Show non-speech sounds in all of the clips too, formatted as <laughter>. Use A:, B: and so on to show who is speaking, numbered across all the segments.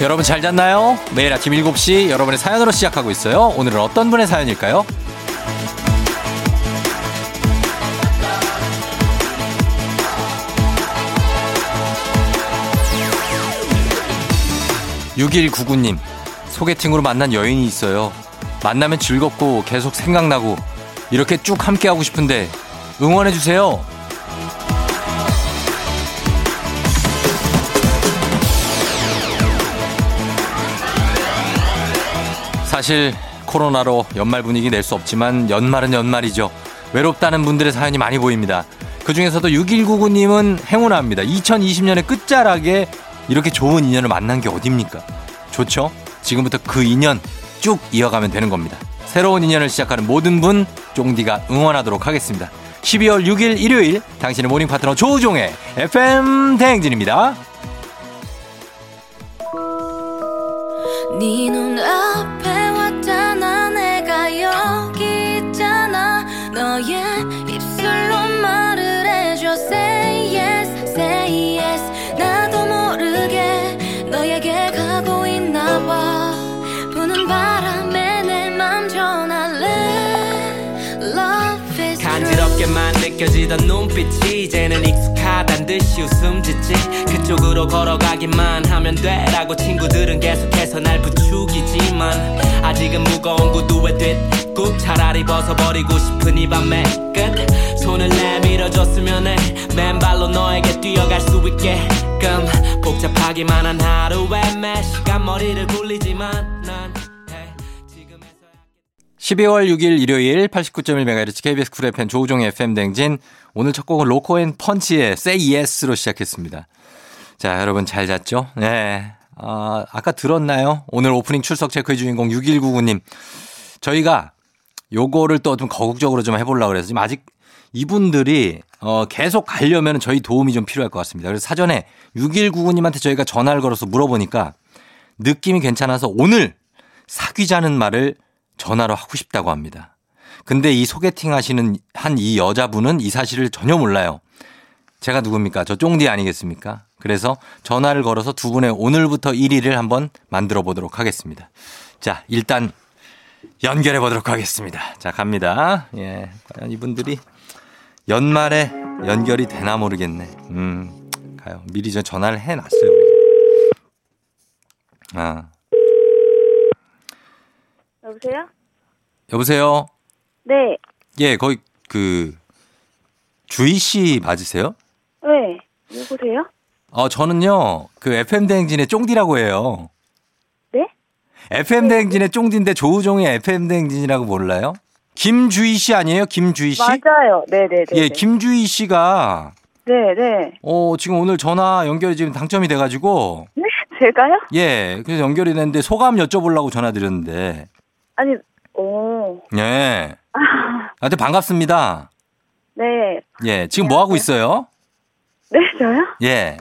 A: 여러분 잘 잤나요? 매일 아침 7시 여러분의 사연으로 시작하고 있어요. 오늘은 어떤 분의 사연일까요? 6199님, 소개팅으로 만난 여인이 있어요. 만나면 즐겁고 계속 생각나고 이렇게 쭉 함께하고 싶은데 응원해주세요. 사실 코로나로 연말 분위기 낼 수 없지만 연말은 연말이죠. 외롭다는 분들의 사연이 많이 보입니다. 그 중에서도 6199님은 행운합니다. 2020년의 끝자락에 이렇게 좋은 인연을 만난 게 어딥니까? 좋죠? 지금부터 그 인연 쭉 이어가면 되는 겁니다. 새로운 인연을 시작하는 모든 분, 쫑디가 응원하도록 하겠습니다. 12월 6일 일요일, 당신의 모닝 파트너 조우종의 FM 대행진입니다.
B: 네 눈앞에 왔잖아 내가 여기 있잖아 너의 입술로 말을 해줘 Say yes, say yes 나도 모르게 너에게 가고 있나 봐 부는 바람에 내 맘 전할래 Love is true
C: 간지럽게만 느껴지던 눈빛이 이제는 익숙하단 듯이 웃음 짓지 그쪽으로 걸어가기만 하면 돼라고 친구들은 계속해서 날 부추기지만 아직은 무거운 구두에 뒷꾹 차라리 벗어버리고 싶은 이 밤의 끝 손을 내밀어줬으면 해 맨발로 너에게 뛰어갈 수 있게끔 복잡하기만 한 하루에 매 시간 머리를 굴리지만 난 해. 지금에서야
A: 12월 6일 일요일 89.1MHz KBS 쿨 FM 조우종의 FM 댕진 오늘 첫 곡은 로코앤 펀치의 Say Yes로 시작했습니다. 자 여러분 잘 잤죠? 네. 아, 아까 들었나요? 오늘 오프닝 출석 체크의 주인공 6199님 저희가 요거를 또 좀 거국적으로 좀 해보려고 그래서 지금 아직 이분들이 어, 계속 가려면 저희 도움이 좀 필요할 것 같습니다. 그래서 사전에 6199님한테 저희가 전화를 걸어서 물어보니까 느낌이 괜찮아서 오늘 사귀자는 말을 전화로 하고 싶다고 합니다. 근데 이 소개팅 하시는 한 이 여자분은 이 사실을 전혀 몰라요. 제가 누굽니까? 저 쫑디 아니겠습니까? 그래서 전화를 걸어서 두 분의 오늘부터 1위를 한번 만들어 보도록 하겠습니다. 자, 일단 연결해 보도록 하겠습니다. 자, 갑니다. 예. 과연 이분들이 연말에 연결이 되나 모르겠네. 음, 가요. 미리 저 전화를 해 놨어요. 아,
D: 여보세요?
A: 여보세요?
D: 네.
A: 예, 거기 그 주희 씨 맞으세요?
D: 네. 누구세요?
A: 어, 저는요. 그 FM 대행진의 쫑디라고 해요.
D: 네?
A: FM 대행진의 쫑디인데 조우종이 FM 대행진이라고 몰라요? 김주희 씨 아니에요? 김주희 씨?
D: 맞아요. 네네네.
A: 예, 김주희 씨가
D: 네네.
A: 어, 지금 오늘 전화 연결이 지금 당첨이 돼 가지고
D: 네? 제가요?
A: 예, 그래서 연결이 됐는데 소감 여쭤보려고 전화 드렸는데.
D: 아니, 오.
A: 예. 아무튼 반갑습니다.
D: 네.
A: 예, 지금 뭐 하고 있어요?
D: 네, 저요?
A: 예.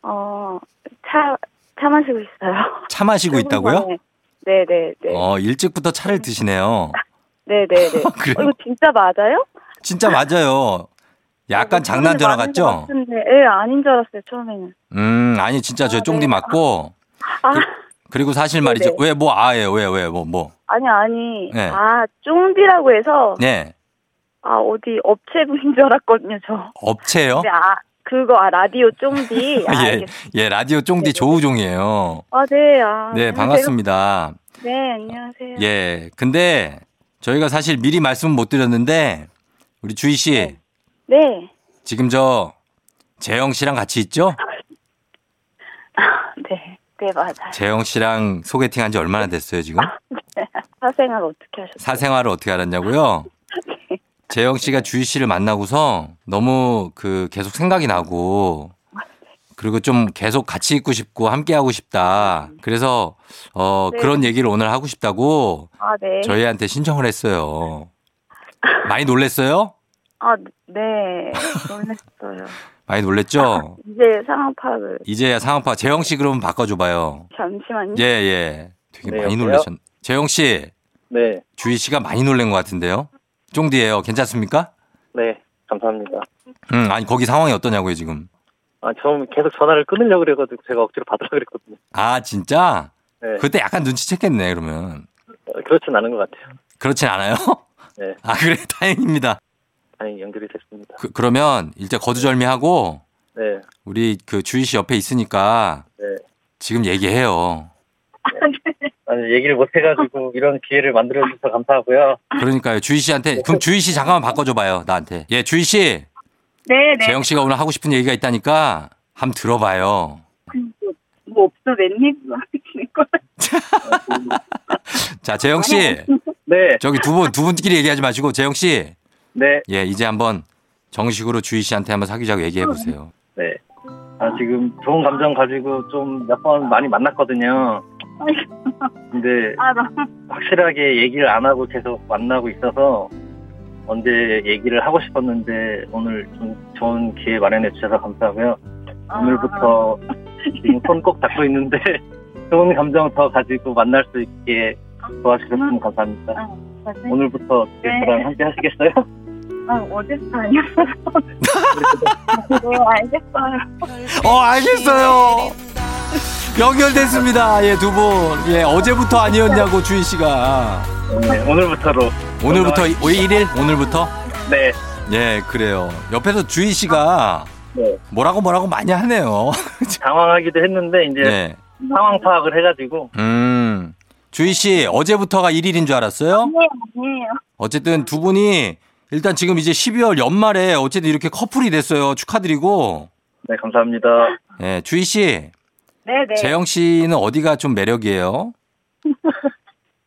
D: 어, 차, 차 마시고 있어요. 네.
A: 차 마시고 있다고요?
D: 네네네.
A: 어, 일찍부터 차를 드시네요.
D: 네네네.
A: <laughs> 그래요?
D: 어, 이거 진짜 맞아요?
A: 진짜 맞아요.
D: 뭐
A: 약간 장난 전화 같죠?
D: 네, 네, 아닌 줄 알았어요, 처음에는.
A: 음, 아니 진짜 저
D: 아,
A: 쫑디
D: 네.
A: 맞고
D: 아,
A: 그리고 사실 말이죠.
D: 네네.
A: 왜 뭐 아예요? 왜 왜 뭐 뭐.
D: 아니, 아니.
A: 네.
D: 아, 쫑디라고 해서,
A: 네.
D: 아, 어디 업체분인 줄 알았거든요, 저.
A: 업체요?
D: 네, 아, 그거, 아, 라디오 쫑디. 아,
A: <laughs> 예.
D: 알겠어요.
A: 예, 라디오 쫑디
D: 네네.
A: 조우종이에요.
D: 아, 네, 아.
A: 네,
D: 제가-
A: 반갑습니다.
D: 네, 안녕하세요.
A: 예. 근데 저희가 사실 미리 말씀 못 드렸는데 우리 주희 씨
D: 네.
A: 지금 저 재영 씨랑 같이 있죠?
D: 네, 네 맞아요.
A: 재영 씨랑 소개팅 한 지 얼마나 됐어요, 지금?
D: 사생활 어떻게 하셨어요?
A: 사생활을 어떻게
D: <laughs>
A: 알았냐고요? 재영 씨가 주희 씨를 만나고서 너무 그 계속 생각이 나고 그리고 좀 계속 같이 있고 싶고 함께 하고 싶다. 그래서 어
D: 네.
A: 그런 얘기를 오늘 하고 싶다고
D: 아, 네.
A: 저희한테 신청을 했어요. 많이 놀랬어요?
D: 아, 네. 놀랐어요.
A: 많이 놀랬죠?
D: 이제 상황 파악을
A: 이제야 상황파 재영 씨 그러면 바꿔줘 봐요.
D: 잠시만요.
A: 예 예. 되게
E: 네,
A: 많이
E: 여보세요?
A: 놀라셨. 재영 씨,
E: 네,
A: 주희 씨가 많이 놀란 것 같은데요. 쫑디예요. 괜찮습니까?
E: 네, 감사합니다.
A: 음, 아니 거기 상황이 어떠냐고요 지금?
E: 아, 처음 계속 전화를 끊으려고 그래가지고 제가 억지로 받으려고 그랬거든요.
A: 아, 진짜?
E: 네.
A: 그때 약간 눈치챘겠네, 그러면.
E: 어, 그렇진 않은 것 같아요.
A: 그렇진 않아요?
E: <laughs> 네.
A: 아, 그래, <laughs> 다행입니다.
E: 다행히 연결이 됐습니다.
A: 그, 그러면 일단 거두절미하고
E: 네.
A: 우리 그 주희 씨 옆에 있으니까
E: 네.
A: 지금 얘기해요.
E: 아니, 얘기를 <laughs> 못해가지고 이런 기회를 만들어주셔서 감사하고요.
A: 그러니까요. 주희 씨한테 그럼 주희 씨 잠깐만 바꿔줘 봐요. 나한테. 예, 주희 씨.
D: 네, 네.
A: 재영 씨가 오늘 하고 싶은 얘기가 있다니까 한번 들어봐요.
D: 뭐 없어 웬일 하시는 거
A: 자, 재영 씨.
E: 네.
A: 저기 두 분, 두 분끼리 얘기하지 마시고 재영 씨.
E: 네.
A: 예, 이제 한번 정식으로 주희 씨한테 한번 사귀자고 얘기해 보세요.
E: 네. 아, 지금 좋은 감정 가지고 좀 몇 번 많이 만났거든요. 근데
D: 아, 나
E: 확실하게 얘기를 안 하고 계속 만나고 있어서 언제 얘기를 하고 싶었는데 오늘 좀 좋은 기회 마련해 주셔서 감사하고요.
D: 아.
E: 오늘부터 지금 손 꼭 잡고 있는데 좋은 감정 더 가지고 만날 수 있게 도와주셨으면 감사합니다.
D: 아,
E: 오늘부터 어떻게
D: 네.
E: 저랑 함께 하시겠어요?
D: 아, 어제부터 아니었어요.
E: <laughs>
D: 네, 알겠어요.
A: 어, 알겠어요. 연결됐습니다. 예, 두 분. 예, 어제부터 아니었냐고 주희 씨가.
E: 네, 오늘부터로.
A: 오늘부터 이- 1일 오늘부터 <laughs>
E: 네.
A: 예, 그래요. 옆에서 주희 씨가
E: 네.
A: 뭐라고 뭐라고 많이 하네요.
E: 당황하기도 했는데 이제
A: 네.
E: 상황 파악을 해가지고
A: 음. 주희 씨, 어제부터가 1일인 줄 알았어요?
D: 네, 아니에요.
A: 어쨌든 두 분이 일단 지금 이제 12월 연말에 어쨌든 이렇게 커플이 됐어요. 축하드리고.
E: 네 감사합니다.
A: 예, 주희 씨,
D: 네, 네.
A: 재영 씨는 어디가 좀 매력이에요?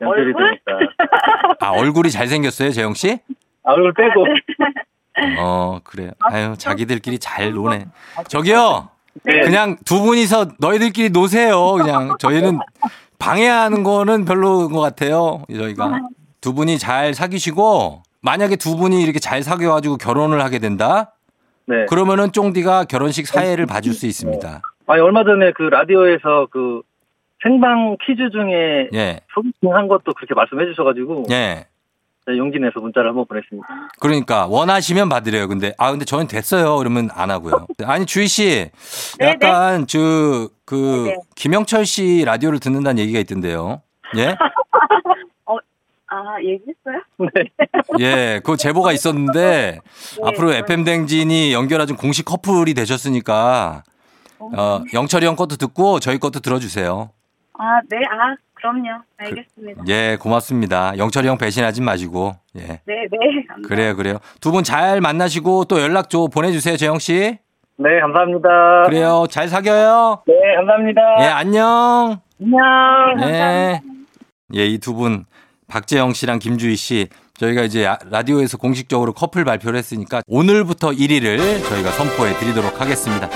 E: 연결이
D: 얼굴?
E: 되니까
A: 아, 얼굴이 잘생겼어요, 재영 씨?
E: 아, 얼굴 빼고
D: <laughs> 네.
A: 어, 그래. 아유, 자기들끼리 잘 노네. 저기요!
E: 네.
A: 그냥 두 분이서 너희들끼리 노세요. 그냥 저희는 방해하는 거는 별로인 것 같아요. 저희가 두 분이 잘 사귀시고 만약에 두 분이 이렇게 잘 사귀어가지고 결혼을 하게 된다.
E: 네.
A: 그러면은 쫑디가 결혼식 사회를 봐줄 수 있습니다.
E: 아니 얼마 전에 그 라디오에서 그 생방 퀴즈 중에
A: 예,
E: 소개팅 한 것도 그렇게 말씀해 주셔가지고
A: 예.
E: 제가 용기 내서 문자를 한번 보냈습니다.
A: 그러니까 원하시면 받으래요. 근데 아 근데 저는 됐어요. 그러면 안
D: <laughs>
A: 하고요. 아니 주희 씨,
D: 네,
A: 약간 저그
D: 네, 네.
A: 김영철 씨 라디오를 듣는다는 얘기가 있던데요.
D: <laughs>
A: 예,
D: 아, 얘기했어요?
A: 예, 그 제보가 있었는데
D: 네.
A: 앞으로 FM 댕진이 연결하신 공식 커플이 되셨으니까 어, 영철이 형 것도 듣고 저희 것도 들어주세요.
D: 아, 네. 아, 그럼요. 알겠습니다.
A: 예, 고맙습니다. 영철이 형 배신하지 마시고. 예.
D: 네, 네. 감사합니다.
A: 그래요, 그래요. 두 분 잘 만나시고 또 연락 좀 보내주세요, 재영 씨.
E: 네 감사합니다.
A: 그래요, 잘 사겨요.
E: 네 감사합니다.
A: 예, 안녕.
D: 네,
E: 안녕.
A: 예. 예, 이 두 분, 박재영 씨랑 김주희 씨, 저희가 이제 야- 라디오에서 공식적으로 커플 발표를 했으니까 오늘부터 1위를 저희가 선포해 드리도록 하겠습니다.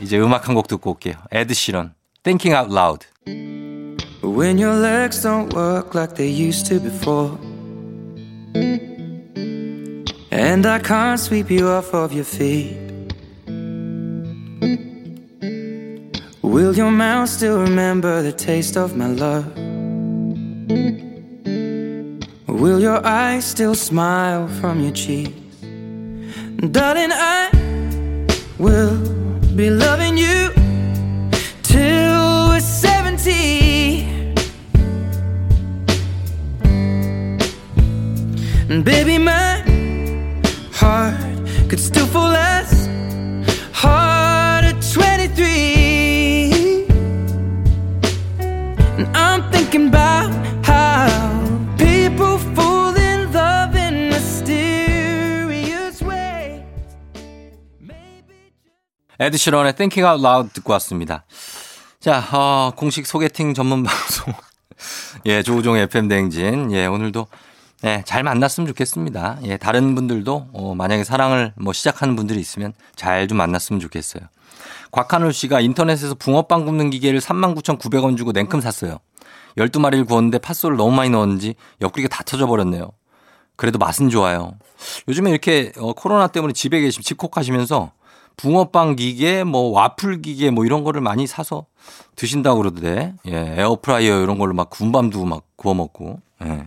A: 이제 음악 한 곡 듣고 올게요. 에드 시런, Thinking Out Loud.
F: When your legs don't work like they used to before. And I can't sweep you off of your feet. Will your mouth still remember the taste of my love? Will your eyes still smile from your cheeks? Darling, I will be loving you till we're 70. And baby, my heart could still fall as hard at 23. And I'm thinking about how people fall in love in mysterious ways. Maybe
A: 에드 시런의 Thinking Out Loud 듣고 왔습니다. 자, 어, 공식 소개팅 전문 방송. <laughs> 예, 조우종 FM 대행진. 예, 오늘도 예, 잘 만났으면 좋겠습니다. 예, 다른 분들도 어, 만약에 사랑을 뭐 시작하는 분들이 있으면 잘 좀 만났으면 좋겠어요. 곽한울 씨가 인터넷에서 붕어빵 굽는 기계를 39,900원 주고 냉큼 샀어요. 12마리를 구웠는데 팥소를 너무 많이 넣었는지 옆구리가 다 터져버렸네요. 그래도 맛은 좋아요. 요즘에 이렇게 어, 코로나 때문에 집에 계시 집콕하시면서 붕어빵 기계, 뭐 와플 기계 뭐 이런 거를 많이 사서 드신다고 그러던데. 예, 에어프라이어 이런 걸로 막 군밤도 막 구워 먹고. 예.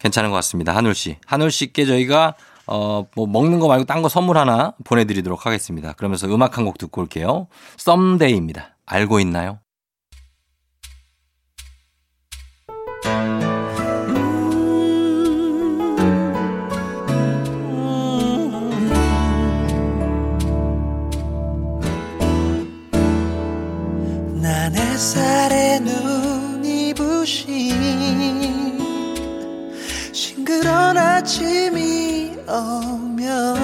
A: 괜찮은 것 같습니다. 한울 씨. 한울 씨께 저희가 어, 뭐 먹는 거 말고 딴 거 선물 하나 보내드리도록 하겠습니다. 그러면서 음악 한 곡 듣고 올게요. 썸데이입니다. 알고 있나요?
G: 난 햇살에 눈이 부신 싱그런 아침이 오면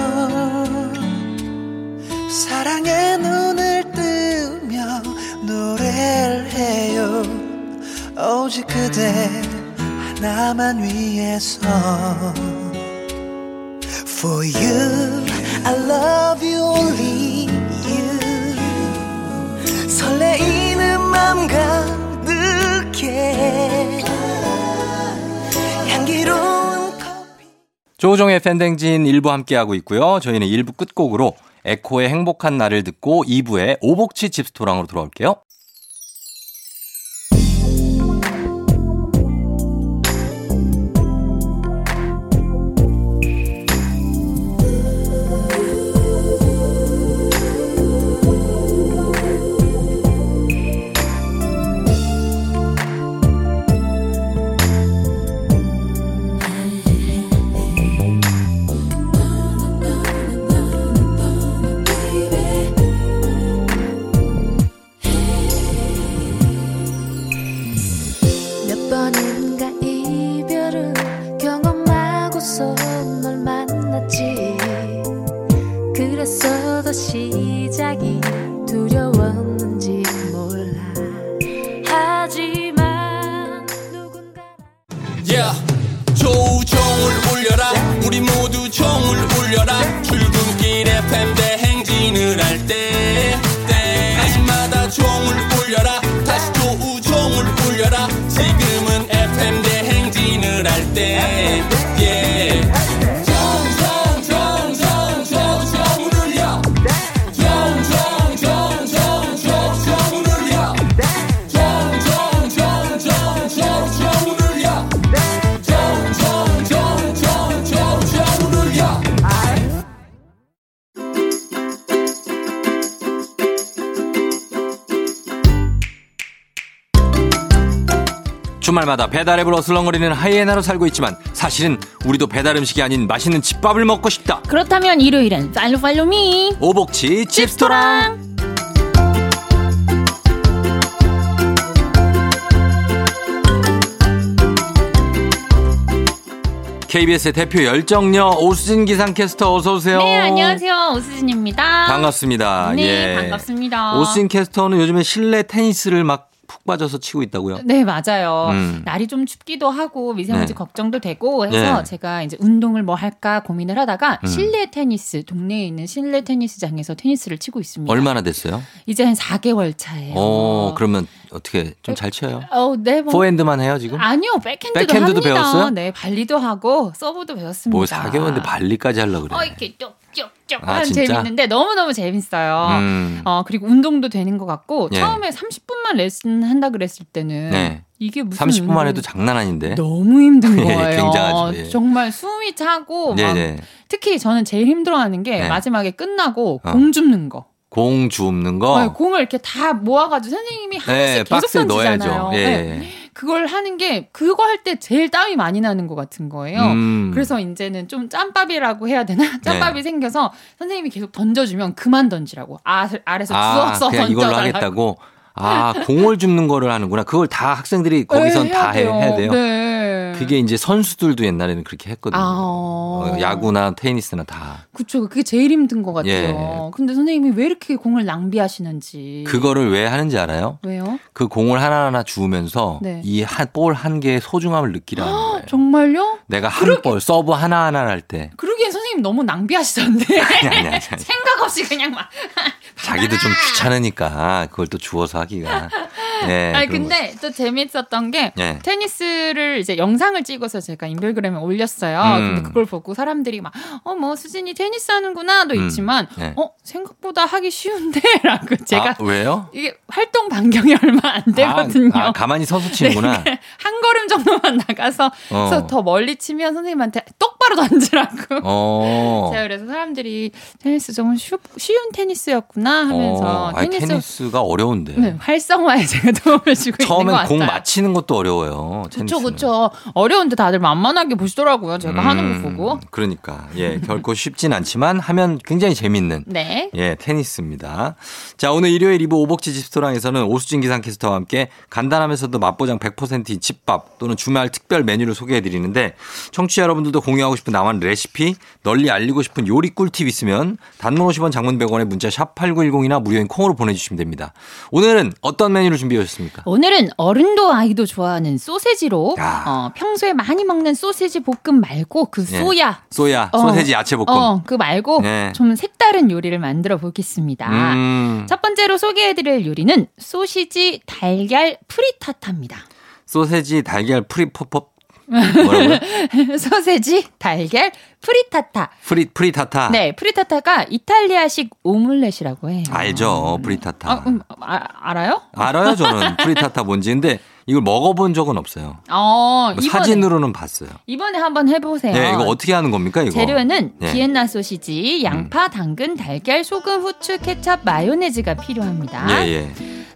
G: 사랑의 눈을 뜨며 노래를 해요 오직 그대 하나만 위해서 For you, I love you, only you. 설레이는 맘 가득해. 향기로운 커피.
A: 조종의 팬댕진 1부 함께하고 있고요. 저희는 1부 끝곡으로 에코의 행복한 날을 듣고 2부에 오복치 집스토랑으로 돌아올게요.
B: 몇 번인가 이별을 경험하고서 널 만났지 그래서 더 시작이 두려웠는지 몰라 하지만 누군가
H: Yeah. 조우종을 울려라 우리 모두 종을 울려라 출근길 FM 대행진을 할때 때마다 종을 울려라 다시 조우종을 울려라 지금은 FM 대행진을 할때 yeah. 종종종종종종 울려 종종종종종종 울려 종종종종종종 울려
A: 주말마다 배달앱을 어슬렁거리는 하이에나로 살고 있지만 사실은 우리도 배달 음식이 아닌 맛있는 집밥을 먹고 싶다.
I: 그렇다면 일요일엔 팔로 팔로미
A: 오복치 집스토랑. KBS의 대표 열정녀 오수진 기상캐스터 어서 오세요.
I: 네 안녕하세요 오수진입니다.
A: 반갑습니다.
I: 네
A: 예.
I: 반갑습니다.
A: 오수진 캐스터는 요즘에 실내 테니스를 막 푹 빠져서 치고 있다고요.
I: 네 맞아요.
A: 음.
I: 날이 좀 춥기도 하고 미세먼지
A: 네.
I: 걱정도 되고 해서
A: 네.
I: 제가 이제 운동을 뭐 할까 고민을 하다가
A: 음.
I: 실내 테니스 동네에 있는 실내 테니스장에서 테니스를 치고 있습니다.
A: 얼마나 됐어요?
I: 이제 한 4개월 차예요.
A: 어, 그러면 어떻게 좀 잘 쳐요?
I: 어, 네 뭐.
A: 포핸드만 해요 지금?
I: 아니요 백핸드도, 합니다.
A: 백핸드도 배웠어요?
I: 네 발리도 하고 서브도 배웠습니다.
A: 뭐 4개월인데 발리까지 하려고 그래.
I: 어 이렇게 쪽쪽쪽
A: 아,
I: 하면
A: 진짜?
I: 재밌는데 너무 너무 재밌어요.
A: 음.
I: 어 그리고 운동도 되는 것 같고
A: 예.
I: 처음에 30분만 레슨 한다 그랬을 때는
A: 네.
I: 이게 무슨
A: 30분만
I: 운동이-
A: 해도 장난 아닌데.
I: 너무 힘든
A: <laughs> 예,
I: 거예요.
A: 굉장하죠, 예.
I: 정말 숨이 차고 막
A: 네네.
I: 특히 저는 제일 힘들어하는 게
A: 네.
I: 마지막에 끝나고
A: 어.
I: 공 줍는 거.
A: 공 줍는 거.
I: 아니, 공을 이렇게 다 모아가지고 선생님이 하나씩
A: 네,
I: 계속
A: 박스에
I: 던지잖아요.
A: 넣어야죠. 예.
I: 네. 그걸 하는 게 그거 할 때 제일 땀이 많이 나는 것 같은 거예요.
A: 음.
I: 그래서 이제는 좀 짬밥이라고 해야 되나? <laughs> 짬밥이
A: 네.
I: 생겨서 선생님이 계속 던져주면 그만 던지라고. 아, 아래서
A: 아,
I: 주워서
A: 그냥 이걸로
I: 던져달라고.
A: 하겠다고. 아, 공을 줍는 거를 하는구나. 그걸 다 학생들이
I: 어,
A: 거기선 다 해, 해야 돼요.
I: 예, 네.
A: 그게 이제 선수들도 옛날에는 그렇게 했거든요.
I: 아,
A: 어, 야구나 테니스나 다.
I: 그쵸. 그게 제일 힘든 것 같아요.
A: 예.
I: 근데 선생님이 왜 이렇게 공을 낭비하시는지.
A: 그거를 왜 하는지 알아요?
I: 왜요?
A: 그 공을 하나하나 주우면서
I: 네. 아,
A: 이 한 볼 한 개의 소중함을 느끼라는 거예요.
I: 어, 정말요?
A: 내가 한 볼, 서브 하나하나를
I: <laughs>
A: 할 때.
I: 그러기엔 선생님 너무 낭비하시던데.
A: 아니, 아니, 아니.
I: <laughs>
A: 아니.
I: 생각 없이 그냥 막. <laughs>
A: 자기도 좀 귀찮으니까 그걸 또 주워서 하기가. 예,
I: 아니
A: 그런
I: 근데 또 재밌었던 게
A: 예.
I: 테니스를 이제 영상을 찍어서 제가 인별그램에 올렸어요.
A: 음.
I: 근데 그걸 보고 사람들이 막 어 뭐 수진이 테니스 하는구나도
A: 음.
I: 있지만
A: 예.
I: 어 생각보다 하기 쉬운데라고 <laughs> 제가
A: 아, 왜요?
I: 이게 활동 반경이 <laughs> 얼마 안 되거든요.
A: 아, 아, 가만히 서서
I: <laughs>
A: 치는구나.
I: 네, 한 걸음 정도만 나가서
A: 어.
I: 서더 멀리 치면 선생님한테 똑바로 <laughs> 던지라고.
A: 어.
I: 제가 그래서 사람들이 테니스 좀 쉬, 쉬운 테니스였구나 하면서
A: 어, 아니,
I: 테니스
A: 테니스가 어려운데.
I: 네, 활성화에 제가 도움을 주고 있는 것
A: 처음엔
I: 같아요.
A: 공 맞히는 것도 어려워요.
I: 그쵸
A: 테니스는.
I: 그쵸 어려운데 다들 만만하게 보시더라고요 제가 하는 거
A: 음,
I: 보고
A: 그러니까 예 결코 쉽진 않지만 하면 굉장히 재밌는
I: 네
A: 예 테니스입니다. 자 오늘 일요일 2부 오복지 집스토랑에서는 오수진 기상캐스터와 함께 간단하면서도 맛보장 100%인 집밥 또는 주말 특별 메뉴를 소개해드리는데 청취자 여러분들도 공유하고 싶은 나만 레시피 널리 알리고 싶은 요리 꿀팁 있으면 단문 50원 장문 100원에 문자 샵 8910이나 무료인 콩으로 보내주시면 됩니다. 오늘은 어떤 메뉴를 준비해 오셨습니까?
I: 오늘은 어른도 아이도 좋아하는 소세지로
A: 야.
I: 어, 평소에 많이 먹는 소세지 볶음 말고 그
A: 예.
I: 소야
A: 소야
I: 어,
A: 소세지 야채 볶음.
I: 어, 그 말고
A: 예.
I: 좀 색다른 요리를 만들어 보겠습니다.
A: 음.
I: 첫 번째로 소개해드릴 요리는 소시지 달걀 프리타타입니다. <laughs>
A: 소세지 달걀 프리퍼퍼 뭐라고요?
I: 소세지 달걀 프리타타.
A: 프리 프리타타.
I: 네, 프리타타가 이탈리아식 오믈렛이라고 해요.
A: 알죠, 프리타타.
I: 아, 음, 아, 알아요?
A: 알아요, 저는 프리타타 뭔지. 근데 이걸 먹어본 적은 없어요.
I: 어,
A: 뭐
I: 이번에,
A: 사진으로는 봤어요.
I: 이번에 한번 해보세요.
A: 네, 이거 어떻게 하는 겁니까, 이거?
I: 재료는
A: 네. 음.
I: 비엔나 소시지, 양파, 당근, 달걀, 소금, 후추, 케첩, 마요네즈가 필요합니다.
A: 예, 예.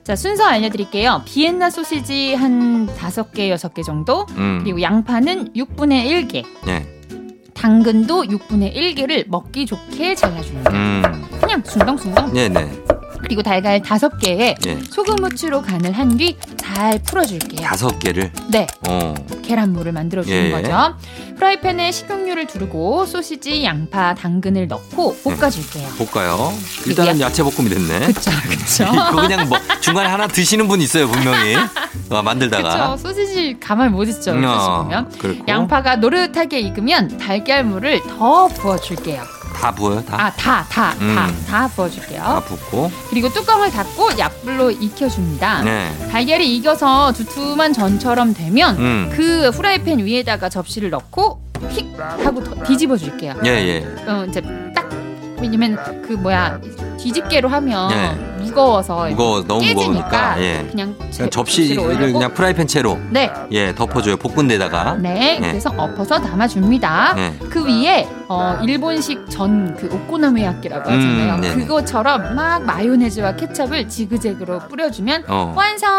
I: 자, 순서 알려드릴게요. 비엔나 소시지 한 다섯 개 여섯 개 정도,
A: 음.
I: 그리고 양파는 6분의 1개,
A: 예.
I: 당근도 6분의 1개를 먹기 좋게 잘라줍니다.
A: 음.
I: 그냥 숭덩숭덩.
A: 예, 네.
I: 그리고 달걀 다섯 개에
A: 예.
I: 소금 후추로 간을 한 뒤 잘 풀어줄게요.
A: 다섯 개를.
I: 네,
A: 어.
I: 계란물을 만들어주는
A: 예.
I: 거죠. 프라이팬에 식용유를 두르고 소시지, 양파, 당근을 넣고 볶아줄게요.
A: 볼까요? 일단은 야채 볶음이 됐네.
I: 그쵸, 그쵸.
A: <laughs> 이거 그냥 뭐 중간에 하나 드시는 분 있어요, 분명히. 아, 만들다가.
I: 그쵸, 소시지 가만 못 있죠.
A: 음,
I: 소시지
A: 어,
I: 보면.
A: 그렇고.
I: 양파가 노릇하게 익으면 달걀물을 더 부어줄게요.
A: 다 부어요, 다.
I: 아, 다, 다, 다,
A: 음.
I: 다
A: 다
I: 부어줄게요.
A: 붓고.
I: 그리고 뚜껑을 닫고 약불로 익혀줍니다.
A: 네.
I: 달걀이 익어서 두툼한 전처럼 되면
A: 음.
I: 그 후라이팬 위에다가 접시를 넣고 휙 하고 더- 뒤집어줄게요.
A: 예, 예.
I: 어, 이제 딱 왜냐면 그 뭐야 뒤집개로 하면
A: 예.
I: 무거워서
A: 무거워, 너무
I: 어, 깨지니까
A: 무거우니까. 예.
I: 그냥, 제-
A: 그냥 접시를
I: 올리고
A: 그냥 프라이팬 채로
I: 네.
A: 예 덮어줘요 볶은 데다가
I: 네,
A: 예.
I: 그래서 엎어서 담아줍니다.
A: 예.
I: 그 위에 어, 일본식 전 그 오코노미야끼라고 하잖아요.
A: 음, 네네.
I: 그거처럼 막 마요네즈와 케첩을 지그재그로 뿌려주면
A: 어.
I: 완성.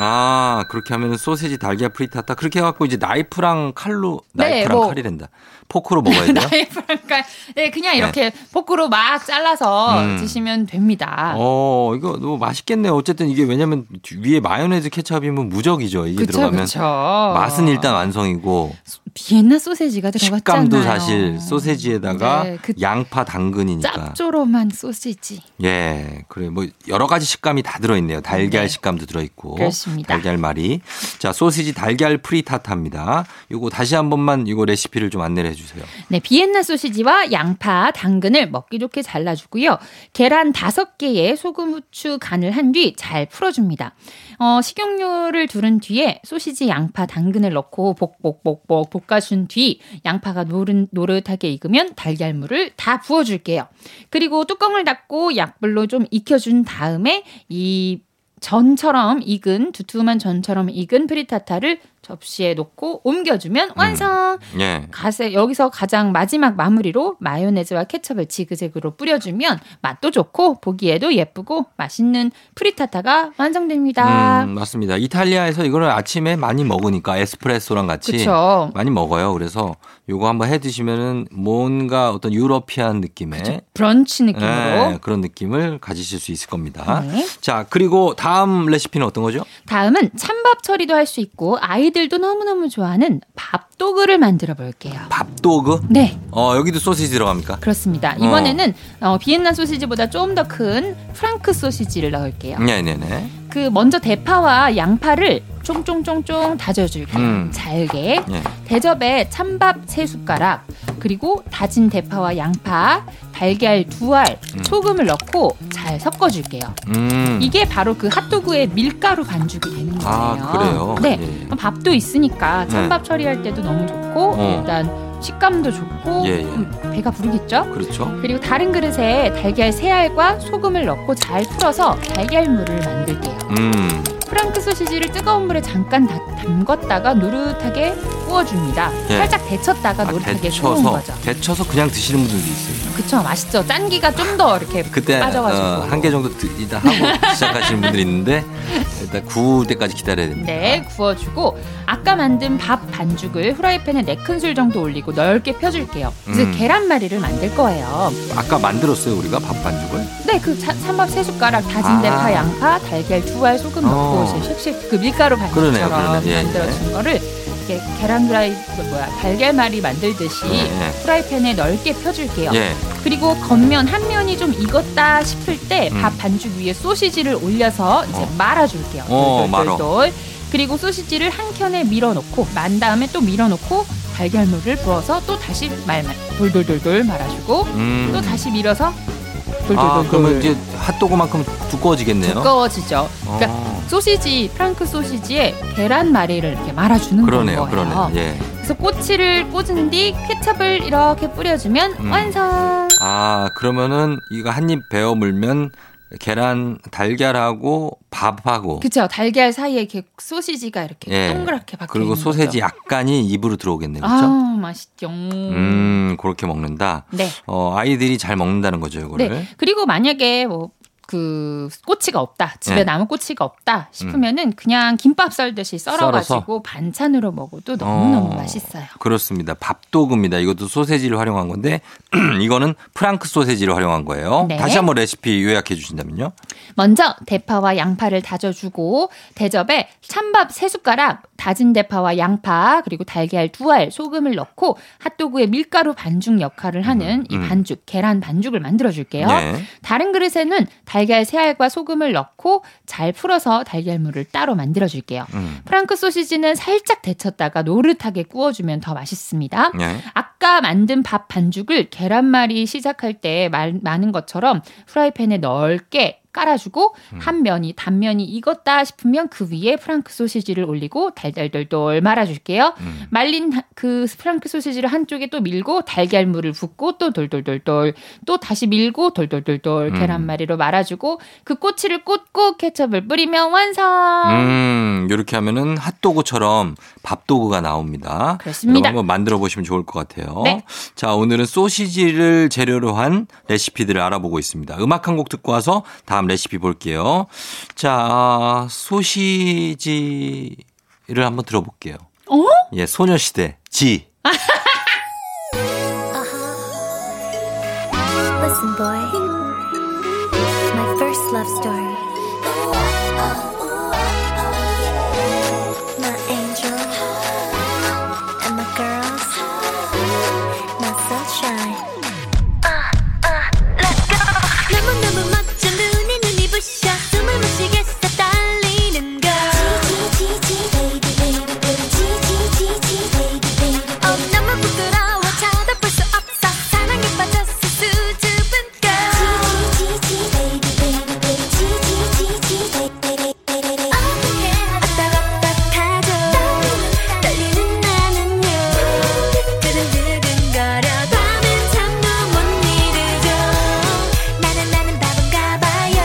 A: 아 그렇게 하면 소세지 달걀 프리타타 그렇게 해갖고 이제 나이프랑 칼로
I: 네,
A: 나이프랑
I: 뭐.
A: 칼이 된다 포크로 먹어야 돼요
I: <laughs> <laughs> 나이프랄까? 네, 그냥 이렇게 포크로 막 잘라서
A: 음.
I: 드시면 됩니다.
A: 어 이거 너무 맛있겠네요 어쨌든 이게 왜냐면 위에 마요네즈 케첩이면 무적이죠 이게
I: 그쵸,
A: 들어가면
I: 그쵸.
A: 맛은 일단 완성이고
I: 비엔나 소세지가 들어갔잖아요.
A: 식감도 사실 소세지에다가
I: 네, 그
A: 양파 당근이니까
I: 짭조름한 소시지.
A: 예, 그래 뭐 여러 가지 식감이 다 들어있네요. 달걀
I: 네.
A: 식감도 들어있고,
I: 그렇습니다.
A: 달걀말이. 자, 소시지 달걀 프리타타입니다. 요거 다시 한 번만 이거 레시피를 좀 안내를 해주세요.
I: 네, 비엔나 소시지와 양파, 당근을 먹기 좋게 잘라주고요. 계란 다섯 개에 소금, 후추 간을 한 뒤 잘 풀어줍니다. 어, 식용유를 두른 뒤에 소시지, 양파, 당근을 넣고 볶볶볶볶 볶아준 뒤 양파가 노릇, 노릇하게 익으면 달걀물을 다 부어줄게요. 그리고 뚜껑을 닫고 약불로 좀 익혀준 다음에 이 전처럼 익은 두툼한 전처럼 익은 프리타타를 접시에 놓고 옮겨주면 완성.
A: 예.
I: 가세 여기서 가장 마지막 마무리로 마요네즈와 케첩을 지그재그로 뿌려주면 맛도 좋고 보기에도 예쁘고 맛있는 프리타타가 완성됩니다.
A: 음, 맞습니다. 이탈리아에서 이거를 아침에 많이 먹으니까 에스프레소랑 같이
I: 그렇죠.
A: 많이 먹어요. 그래서 요거 한번 해 드시면은 뭔가 어떤 유러피안 느낌의
I: 브런치 느낌으로.
A: 예, 그런 느낌을 가지실 수 있을 겁니다.
I: 네.
A: 자, 그리고 다음 레시피는 어떤 거죠?
I: 다음은 찬밥 처리도 할 수 있고 아이들도 너무너무 좋아하는 밥도그를 만들어 볼게요.
A: 밥도그?
I: 네,
A: 어, 여기도 소시지 들어갑니까?
I: 그렇습니다. 이번에는 어, 비엔나 소시지보다 좀 더 큰 프랑크 소시지를 넣을게요.
A: 네, 네, 네.
I: 그 먼저 대파와 양파를 쫑쫑쫑쫑 다져줄게요. 그
A: 음.
I: 잘게.
A: 예.
I: 대접에 찬밥 세 숟가락, 그리고 다진 대파와 양파, 달걀 두 알, 소금을 넣고 잘 섞어줄게요.
A: 음.
I: 이게 바로 그 핫도그의 밀가루 반죽이 되는 거예요.
A: 아, 그래요?
I: 네.
A: 예.
I: 그럼 밥도 있으니까
A: 네.
I: 찬밥 처리할 때도 너무 좋고
A: 어.
I: 일단 식감도 좋고
A: 예, 예.
I: 음, 배가 부르겠죠?
A: 그렇죠.
I: 그리고 다른 그릇에 달걀 세 알과 소금을 넣고 잘 풀어서 달걀물을 만들게요.
A: 음.
I: 프랑크 소시지를 뜨거운 물에 잠깐 다- 담궜다가 노릇하게 구워줍니다.
A: 예.
I: 살짝 데쳤다가
A: 아,
I: 노릇하게 구운
A: 데쳐서
I: 거죠.
A: 데쳐서 그냥 드시는 분들도 있어요.
I: 그쵸 맛있죠. 짠기가 좀 더 이렇게
A: 그때 어,
I: 빠져가지고.
A: 한 개 정도 드, 일단 하고 <laughs> 시작하시는 분들이 있는데 일단 구울 때까지 기다려야 됩니다.
I: 네, 구워주고 아까 만든 밥 반죽을 후라이팬에 네 큰술 정도 올리고 넓게 펴줄게요. 이제
A: 음.
I: 계란말이를 만들 거예요.
A: 아까 만들었어요 우리가 밥 반죽을.
I: 네, 그 자- 찬밥 세 숟가락 다진
A: 아.
I: 대파, 양파, 달걀 두 알, 소금
A: 어.
I: 넣고 이제 쉑쉑 그 밀가루
A: 그러네요,
I: 반죽처럼
A: 그러네요. 예,
I: 만들어준 거를 이렇게 계란 프라이 그 뭐야 달걀말이 만들듯이
A: 예.
I: 후라이팬에 넓게 펴줄게요.
A: 예.
I: 그리고 겉면 한 면이 좀 익었다 싶을 때
A: 음.
I: 밥 반죽 위에 소시지를 올려서 이제
A: 어.
I: 말아줄게요.
A: 어, 말아.
I: 돌돌돌. 그리고 소시지를 한 켠에 밀어놓고 만 다음에 또 밀어놓고 달걀물을 부어서 또 다시 말말 돌돌돌돌 말아주고
A: 음.
I: 또 다시 밀어서
A: 아
I: 돌돌돌돌
A: 그러면 이제 핫도그만큼 두꺼워지겠네요.
I: 두꺼워지죠. 그러니까
A: 어,
I: 소시지 프랑크 소시지에 계란 마리를 이렇게 말아주는
A: 그러네요,
I: 거예요.
A: 그러네요. 예.
I: 그래서 꼬치를 꽂은 뒤 케첩을 이렇게 뿌려주면
A: 음.
I: 완성.
A: 아 그러면은 이거 한 입 베어 물면 계란 달걀하고 밥하고
I: 그쵸 달걀 사이에 이렇게 소시지가 이렇게
A: 예.
I: 동그랗게 박혀
A: 그리고
I: 있는 거죠.
A: 소세지 약간이 입으로 들어오겠네요, 그렇죠?
I: 아 맛있죠.
A: 음 그렇게 먹는다.
I: 네.
A: 어 아이들이 잘 먹는다는 거죠, 이거를.
I: 네. 그리고 만약에 뭐 그 꼬치가 없다 집에
A: 네. 음.
I: 남은 꼬치가 없다 싶으면은 그냥 김밥 썰듯이 썰어가지고
A: 썰어서?
I: 반찬으로 먹어도 너무너무
A: 어,
I: 맛있어요.
A: 그렇습니다. 밥도그입니다. 이것도 소세지를 활용한 건데 <clears throat> 이거는 프랑크 소세지를 활용한 거예요.
I: 네.
A: 다시 한번 레시피 요약해 주신다면요.
I: 먼저 대파와 양파를 다져주고 대접에 찬밥 세 숟가락, 다진 대파와 양파 그리고 달걀 두 알, 소금을 넣고 핫도그의 밀가루 반죽 역할을 하는 이
A: 음.
I: 반죽 계란 반죽을 만들어 줄게요.
A: 네.
I: 다른 그릇에는 달걀 세 알과 소금을 넣고 잘 풀어서 달걀물을 따로 만들어 줄게요.
A: 음.
I: 프랑크 소시지는 살짝 데쳤다가 노릇하게 구워주면 더 맛있습니다.
A: 네.
I: 아까 만든 밥 반죽을 계란말이 시작할 때 말- 많은 것처럼 프라이팬에 넓게 깔아주고
A: 음.
I: 한 면이 단면이 익었다 싶으면 그 위에 프랑크 소시지를 올리고 달달돌돌 말아줄게요.
A: 음.
I: 말린 하- 그 프랑크 소시지를 한쪽에 또 밀고 달걀물을 붓고 또 돌돌돌돌 또 다시 밀고 돌돌돌돌
A: 음.
I: 계란말이로 말아주고 그 꼬치를 꽂고 케첩을 뿌리면 완성.
A: 음, 이렇게 하면은 핫도그처럼 밥도그가 나옵니다.
I: 그렇습니다.
A: 여러분 한번 만들어 보시면 좋을 것 같아요.
I: 네.
A: 자, 오늘은 소시지를 재료로 한 레시피들을 알아보고 있습니다. 음악 한 곡 듣고 와서 다음 레시피 볼게요. 자, 아, 소시지를 한번 들어볼게요.
I: 어?
A: 예, 소녀시대 지.
B: Listen, boy. My first love story. My angel and my girls. My sunshine. 너무너무 멋져 눈에 눈이 부셔 숨을 못 쉬겠어 떨리는 걸 어, 너무 부끄러워 쳐다볼 수 없어 사랑에 빠졌어 수줍은 걸 어떻게 아딱아딱하죠 떨리는 나는요 두근두근거려 밤은 잠도 못 이루죠 나는 나는 바본가 봐요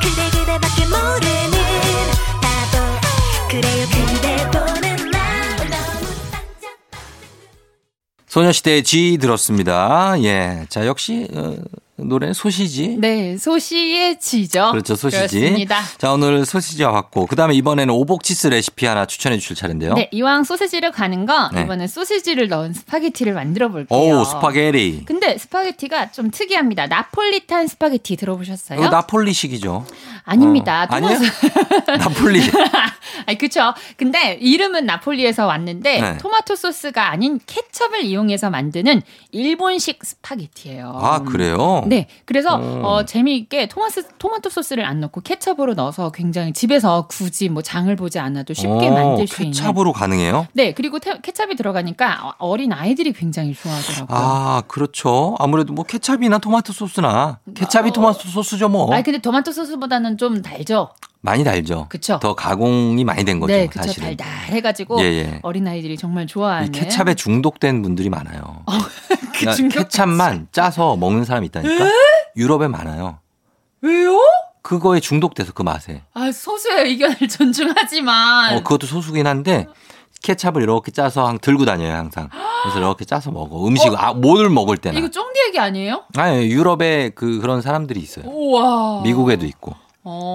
B: 그대 그대밖에 모르는 바보 그래요 그대 보는 나 너무 반짝
A: 소녀시대 지 들었습니다. 예. 자, 역시 어, 노래 소시지.
I: 네, 소시의 지죠.
A: 그렇죠 소시지.
I: 그렇습니다.
A: 자 오늘 소시지와 봤고 그다음에 이번에는 오복치스 레시피 하나 추천해 주실 차례인데요.
I: 네, 이왕 소시지를 가는 거
A: 네.
I: 이번엔 소시지를 넣은 스파게티를 만들어 볼게요.
A: 오 스파게티.
I: 근데 스파게티가 좀 특이합니다. 나폴리탄 스파게티 들어보셨어요?
A: 이거 나폴리식이죠.
I: 아닙니다.
A: 어.
I: 토마스-
A: 아니요? 나폴리.
I: <laughs> 아니 그쵸. 근데 이름은 나폴리에서 왔는데
A: 네.
I: 토마토 소스가 아닌 케첩을 이용해서 만드는 일본식 스파게티예요.
A: 아 그래요.
I: 네, 그래서
A: 음.
I: 어, 재미있게 토마스 토마토 소스를 안 넣고 케첩으로 넣어서 굉장히 집에서 굳이 뭐 장을 보지 않아도 쉽게
A: 어,
I: 만들 수 있는.
A: 케찹으로 가능해요?
I: 네, 그리고 태- 케첩이 들어가니까 어- 어린 아이들이 굉장히 좋아하더라고요.
A: 아, 그렇죠. 아무래도 뭐 케찹이나 토마토 소스나 케찹이 토마토 소스죠 뭐.
I: 어. 아니 근데 토마토 소스보다는 좀 달죠.
A: 많이 달죠.
I: 그쵸.
A: 더 가공이 많이 된 거죠.
I: 네, 그쵸
A: 사실은.
I: 달달해가지고
A: 예, 예.
I: 어린 아이들이 정말 좋아하는. 네. 어,
A: 이 케찹에 중독된
I: <laughs>
A: 분들이 많아요. 그러니까
I: 중독-
A: 케찹만 짜서 먹는 사람이 있다니까. 유럽에 많아요.
I: 왜요?
A: 그거에 중독돼서 그 맛에.
I: 아 소수의 <laughs> 의견을 존중하지만
A: 어, 그것도 소수긴 한데 케찹을 이렇게 짜서 항- 들고 다녀요 항상. 그래서 이렇게 짜서 먹어. 음식 아, 뭘 먹을 때나.
I: 이거 쫑디 얘기 아니에요?
A: 아, 유럽에 그 그런 사람들이 있어요.
I: 우와.
A: 미국에도 있고.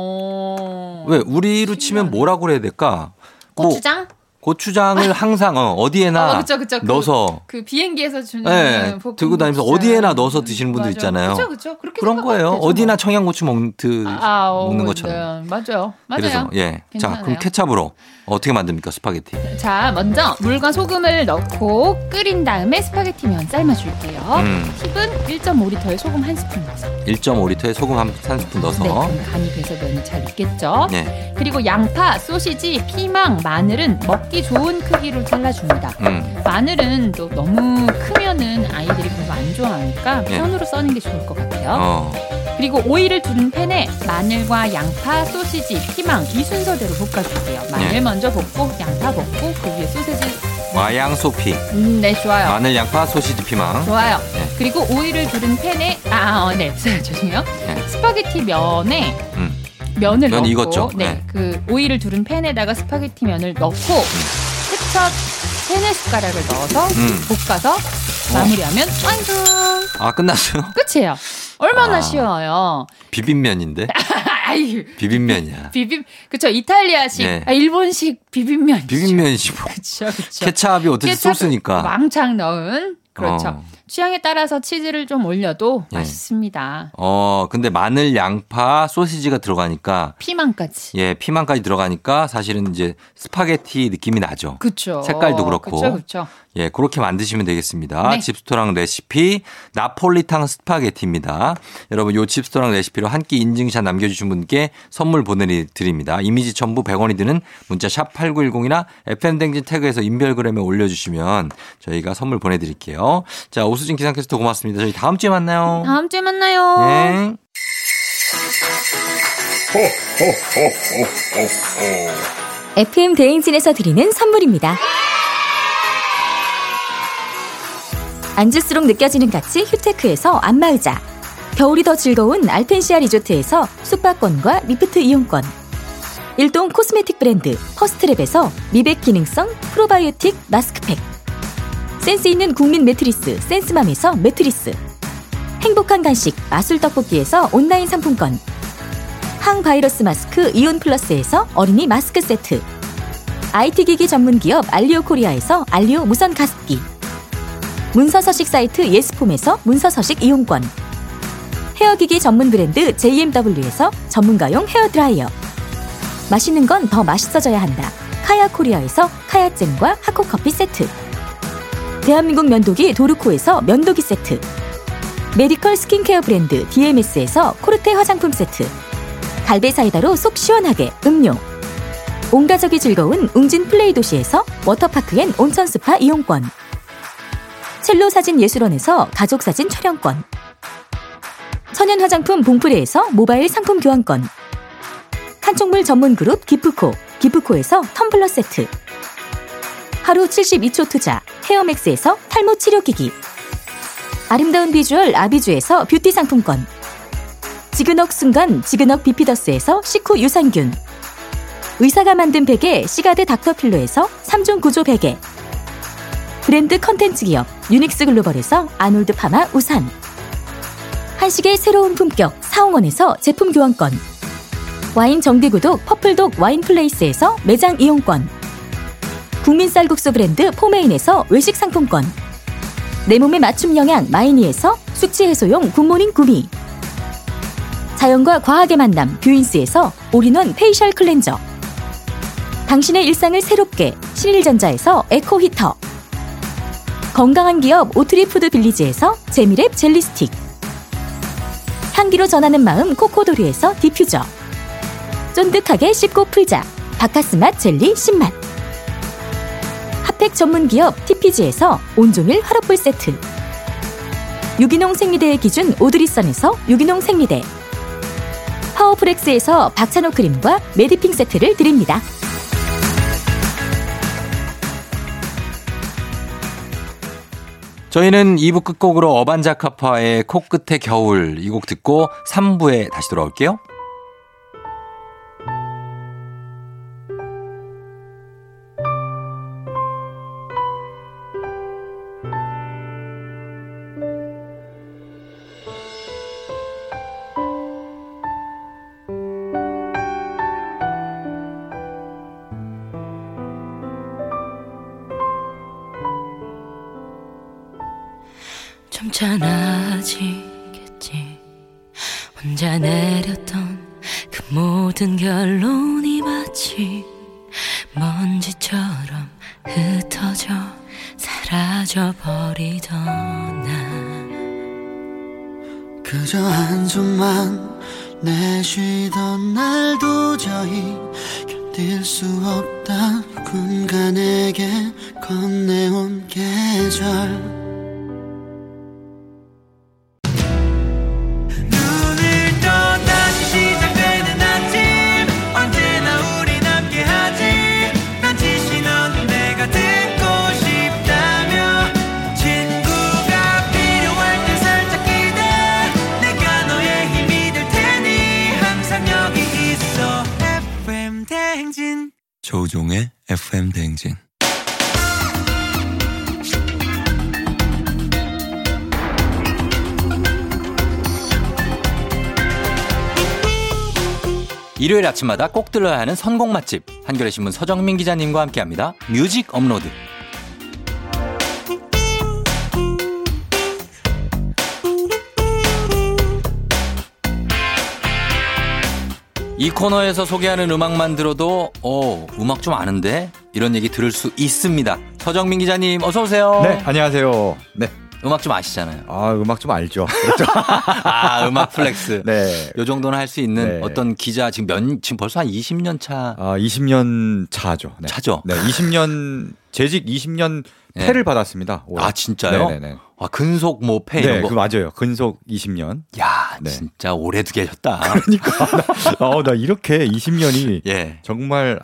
I: 어.
A: 왜 우리로 치면 뭐라고 그래야 될까? 뭐
I: 고추장? 아.
A: 고추장을 항상 어, 디에나
I: 어, 그쵸, 그쵸. 그-
A: 넣어서
I: 그, 비행기에서 주는
A: 예,
I: 볶음
A: 들고 다니면서
I: 고추장.
A: 어디에나 넣어서 드시는 분들
I: 맞아.
A: 있잖아요.
I: 그쵸, 그쵸. 그렇게
A: 그런
I: 생각하면
A: 거예요.
I: 되죠, 뭐.
A: 어디나 청양고추 먹는, 드-
I: 아, 어,
A: 먹는 것처럼.
I: 네, 맞아요. 맞아요.
A: 그래서 예, 자
I: 괜찮아요.
A: 그럼 케찹으로 어떻게 만듭니까 스파게티?
I: 자, 먼저 물과 소금을 넣고 끓인 다음에 스파게티 면 삶아줄게요.
A: 음.
I: 팁은 1.5리터에 소금 한 스푼 넣어서.
A: 1.5리터에 소금 한, 한
I: 네,
A: 스푼 넣어서
I: 그럼 간이 배서 면이 잘 익겠죠.
A: 예,
I: 그리고 양파, 소시지, 피망, 마늘은 먹기 좋은 크기로 잘라줍니다.
A: 음,
I: 마늘은 또 너무 크면은 아이들이 별로 안 좋아하니까
A: 예.
I: 편으로 써는 게 좋을 것 같아요.
A: 어,
I: 그리고 오이를 두른 팬에 마늘과 양파, 소시지, 피망 이 순서대로 볶아줄게요. 마늘
A: 예.
I: 먼저 볶고 양파 볶고 그 위에 소시지.
A: 마양 소피,
I: 음, 네 좋아요.
A: 마늘 양파 소시지 피망,
I: 좋아요.
A: 예.
I: 그리고 오이를 두른 팬에 아, 어, 네 <laughs> 죄송해요.
A: 예.
I: 스파게티 면에
A: 음.
I: 면을
A: 면
I: 넣고
A: 익었죠?
I: 네,
A: 네.
I: 그 오이를 두른 팬에다가 스파게티 면을 넣고 케첩 세네 숟가락을 넣어서
A: 음.
I: 볶아서 마무리하면 완성.
A: 아 끝났어요? <laughs>
I: 끝이에요. 얼마나
A: 아. <laughs>
I: 쉬워요. 비빔면인데? 아유,
A: 비빔면이야.
I: 비빔 그쵸 이탈리아식,
A: 네.
I: 아, 일본식 비빔면.
A: 비빔면이지 뭐.
I: <laughs> 그쵸 그쵸.
A: 케찹이 어떻게
I: 케첩을
A: 소스니까.
I: 왕창 넣은 그렇죠.
A: 어.
I: 취향에 따라서 치즈를 좀 올려도
A: 예.
I: 맛있습니다.
A: 어 근데 마늘 양파 소시지가 들어가니까
I: 피망까지.
A: 예 피망까지 들어가니까 사실은 이제 스파게티 느낌이 나죠.
I: 그쵸.
A: 색깔도 그렇고.
I: 그쵸 그쵸.
A: 예, 그렇게 만드시면 되겠습니다.
I: 네.
A: 집스토랑 레시피 나폴리탕 스파게티입니다. 여러분 요 집스토랑 레시피로 한 끼 인증샷 남겨주신 분께 선물 보내드립니다. 이미지 첨부 100원이 드는 문자 샵 8910이나 FM댕진 태그에서 인별그램에 올려주시면 저희가 선물 보내드릴게요. 자, 오수진 기상캐스터 고맙습니다. 저희 다음 주에 만나요.
I: 다음 주에 만나요.
A: 네.
J: FM 대행진에서 드리는 선물입니다. 앉을수록 느껴지는 가치 휴테크에서 안마의자 겨울이 더 즐거운 알펜시아 리조트에서 숙박권과 리프트 이용권 일동 코스메틱 브랜드 퍼스트랩에서 미백 기능성 프로바이오틱 마스크팩 센스 있는 국민 매트리스 센스맘에서 매트리스 행복한 간식 마술 떡볶이에서 온라인 상품권 항바이러스 마스크 이온 플러스에서 어린이 마스크 세트. IT 기기 전문 기업 알리오 코리아에서 알리오 무선 가습기. 문서 서식 사이트 예스폼에서 문서 서식 이용권. 헤어 기기 전문 브랜드 JMW에서 전문가용 헤어 드라이어. 맛있는 건 더 맛있어져야 한다. 카야 코리아에서 카야잼과 하코 커피 세트. 대한민국 면도기 도르코에서 면도기 세트. 메디컬 스킨케어 브랜드 DMS에서 코르테 화장품 세트. 갈배 사이다로 속 시원하게 음료. 온 가족이 즐거운 웅진 플레이 도시에서 워터파크 엔 온천 스파 이용권. 첼로 사진 예술원에서 가족 사진 촬영권. 천연 화장품 봉프레에서 모바일 상품 교환권. 한총물 전문 그룹 기프코, 기프코에서 텀블러 세트. 하루 72초 투자 헤어맥스에서 탈모 치료기기. 아름다운 비주얼 아비주에서 뷰티 상품권. 지그넉 순간 지그넉 비피더스에서 식후 유산균 의사가 만든 베개 시가드 닥터필로에서 3종 구조 베개 브랜드 컨텐츠 기업 유닉스 글로벌에서 아놀드 파마 우산 한식의 새로운 품격 사홍원에서 제품 교환권 와인 정기구독 퍼플독 와인플레이스에서 매장 이용권 국민 쌀국수 브랜드 포메인에서 외식 상품권 내 몸에 맞춤 영양 마이니에서 숙취 해소용 굿모닝 구미 자연과 과학의 만남 뷰인스에서 올인원 페이셜 클렌저 당신의 일상을 새롭게 신일전자에서 에코 히터 건강한 기업 오트리 푸드 빌리지에서 재미랩 젤리 스틱 향기로 전하는 마음 코코도리에서 디퓨저 쫀득하게 씹고 풀자 바카스맛 젤리 10만 핫팩 전문 기업 TPG에서 온종일 화롯불 세트 유기농 생리대의 기준 오드리선에서 유기농 생리대 파워프렉스에서 박찬호 크림과 메디핑 세트를 드립니다.
A: 저희는 2부 끝곡으로 어반자카파의 코끝의 겨울 이 곡 듣고 3부에 다시 돌아올게요.
K: 점잖아지겠지 혼자 내렸던 그 모든 결론이 마치 먼지처럼 흩어져 사라져버리던 나
L: 그저 한숨만 내쉬던 날 도저히 견딜 수 없다 군간에게 건네온 계절
G: 눈을 떠 다시 시작되는 아침 언제나 우린 함께하지 난 지시 넌 내가 듣고 싶다며 친구가 필요할 때 살짝 기대 내가 너의 힘이 될 테니 항상 여기 있어 FM 대행진
M: 조종의 FM 대행진.
A: 일요일 아침마다 꼭 들러야 하는 선곡 맛집 한겨레 신문 서정민 기자님과 함께합니다. 뮤직 업로드. 이 코너에서 소개하는 음악만 들어도 어 음악 좀 아는데 이런 얘기 들을 수 있습니다. 서정민 기자님 어서 오세요.
E: 네, 안녕하세요. 네.
A: 음악 좀 아시잖아요.
E: 아, 음악 좀 알죠.
A: 아 음악 플렉스.
E: <laughs> 네.
A: 요 정도는 할 수 있는
E: 네.
A: 어떤 기자 지금 몇 지금 벌써 한 20년 차
E: 아, 20년 차죠. 네.
A: 차죠.
E: 네, 20년 재직 20년
A: 네.
E: 패를 받았습니다. 올해.
A: 아 진짜요?
E: 뭐. 네네네.
A: 아 근속 뭐패
E: 네,
A: 이런 거.
E: 그 맞아요. 근속 20년.
A: 야, 진짜 오래도
E: <laughs>
A: 계셨다. 그러니까.
E: 아, 나 이렇게 <laughs> 20년이
A: 예.
E: 정말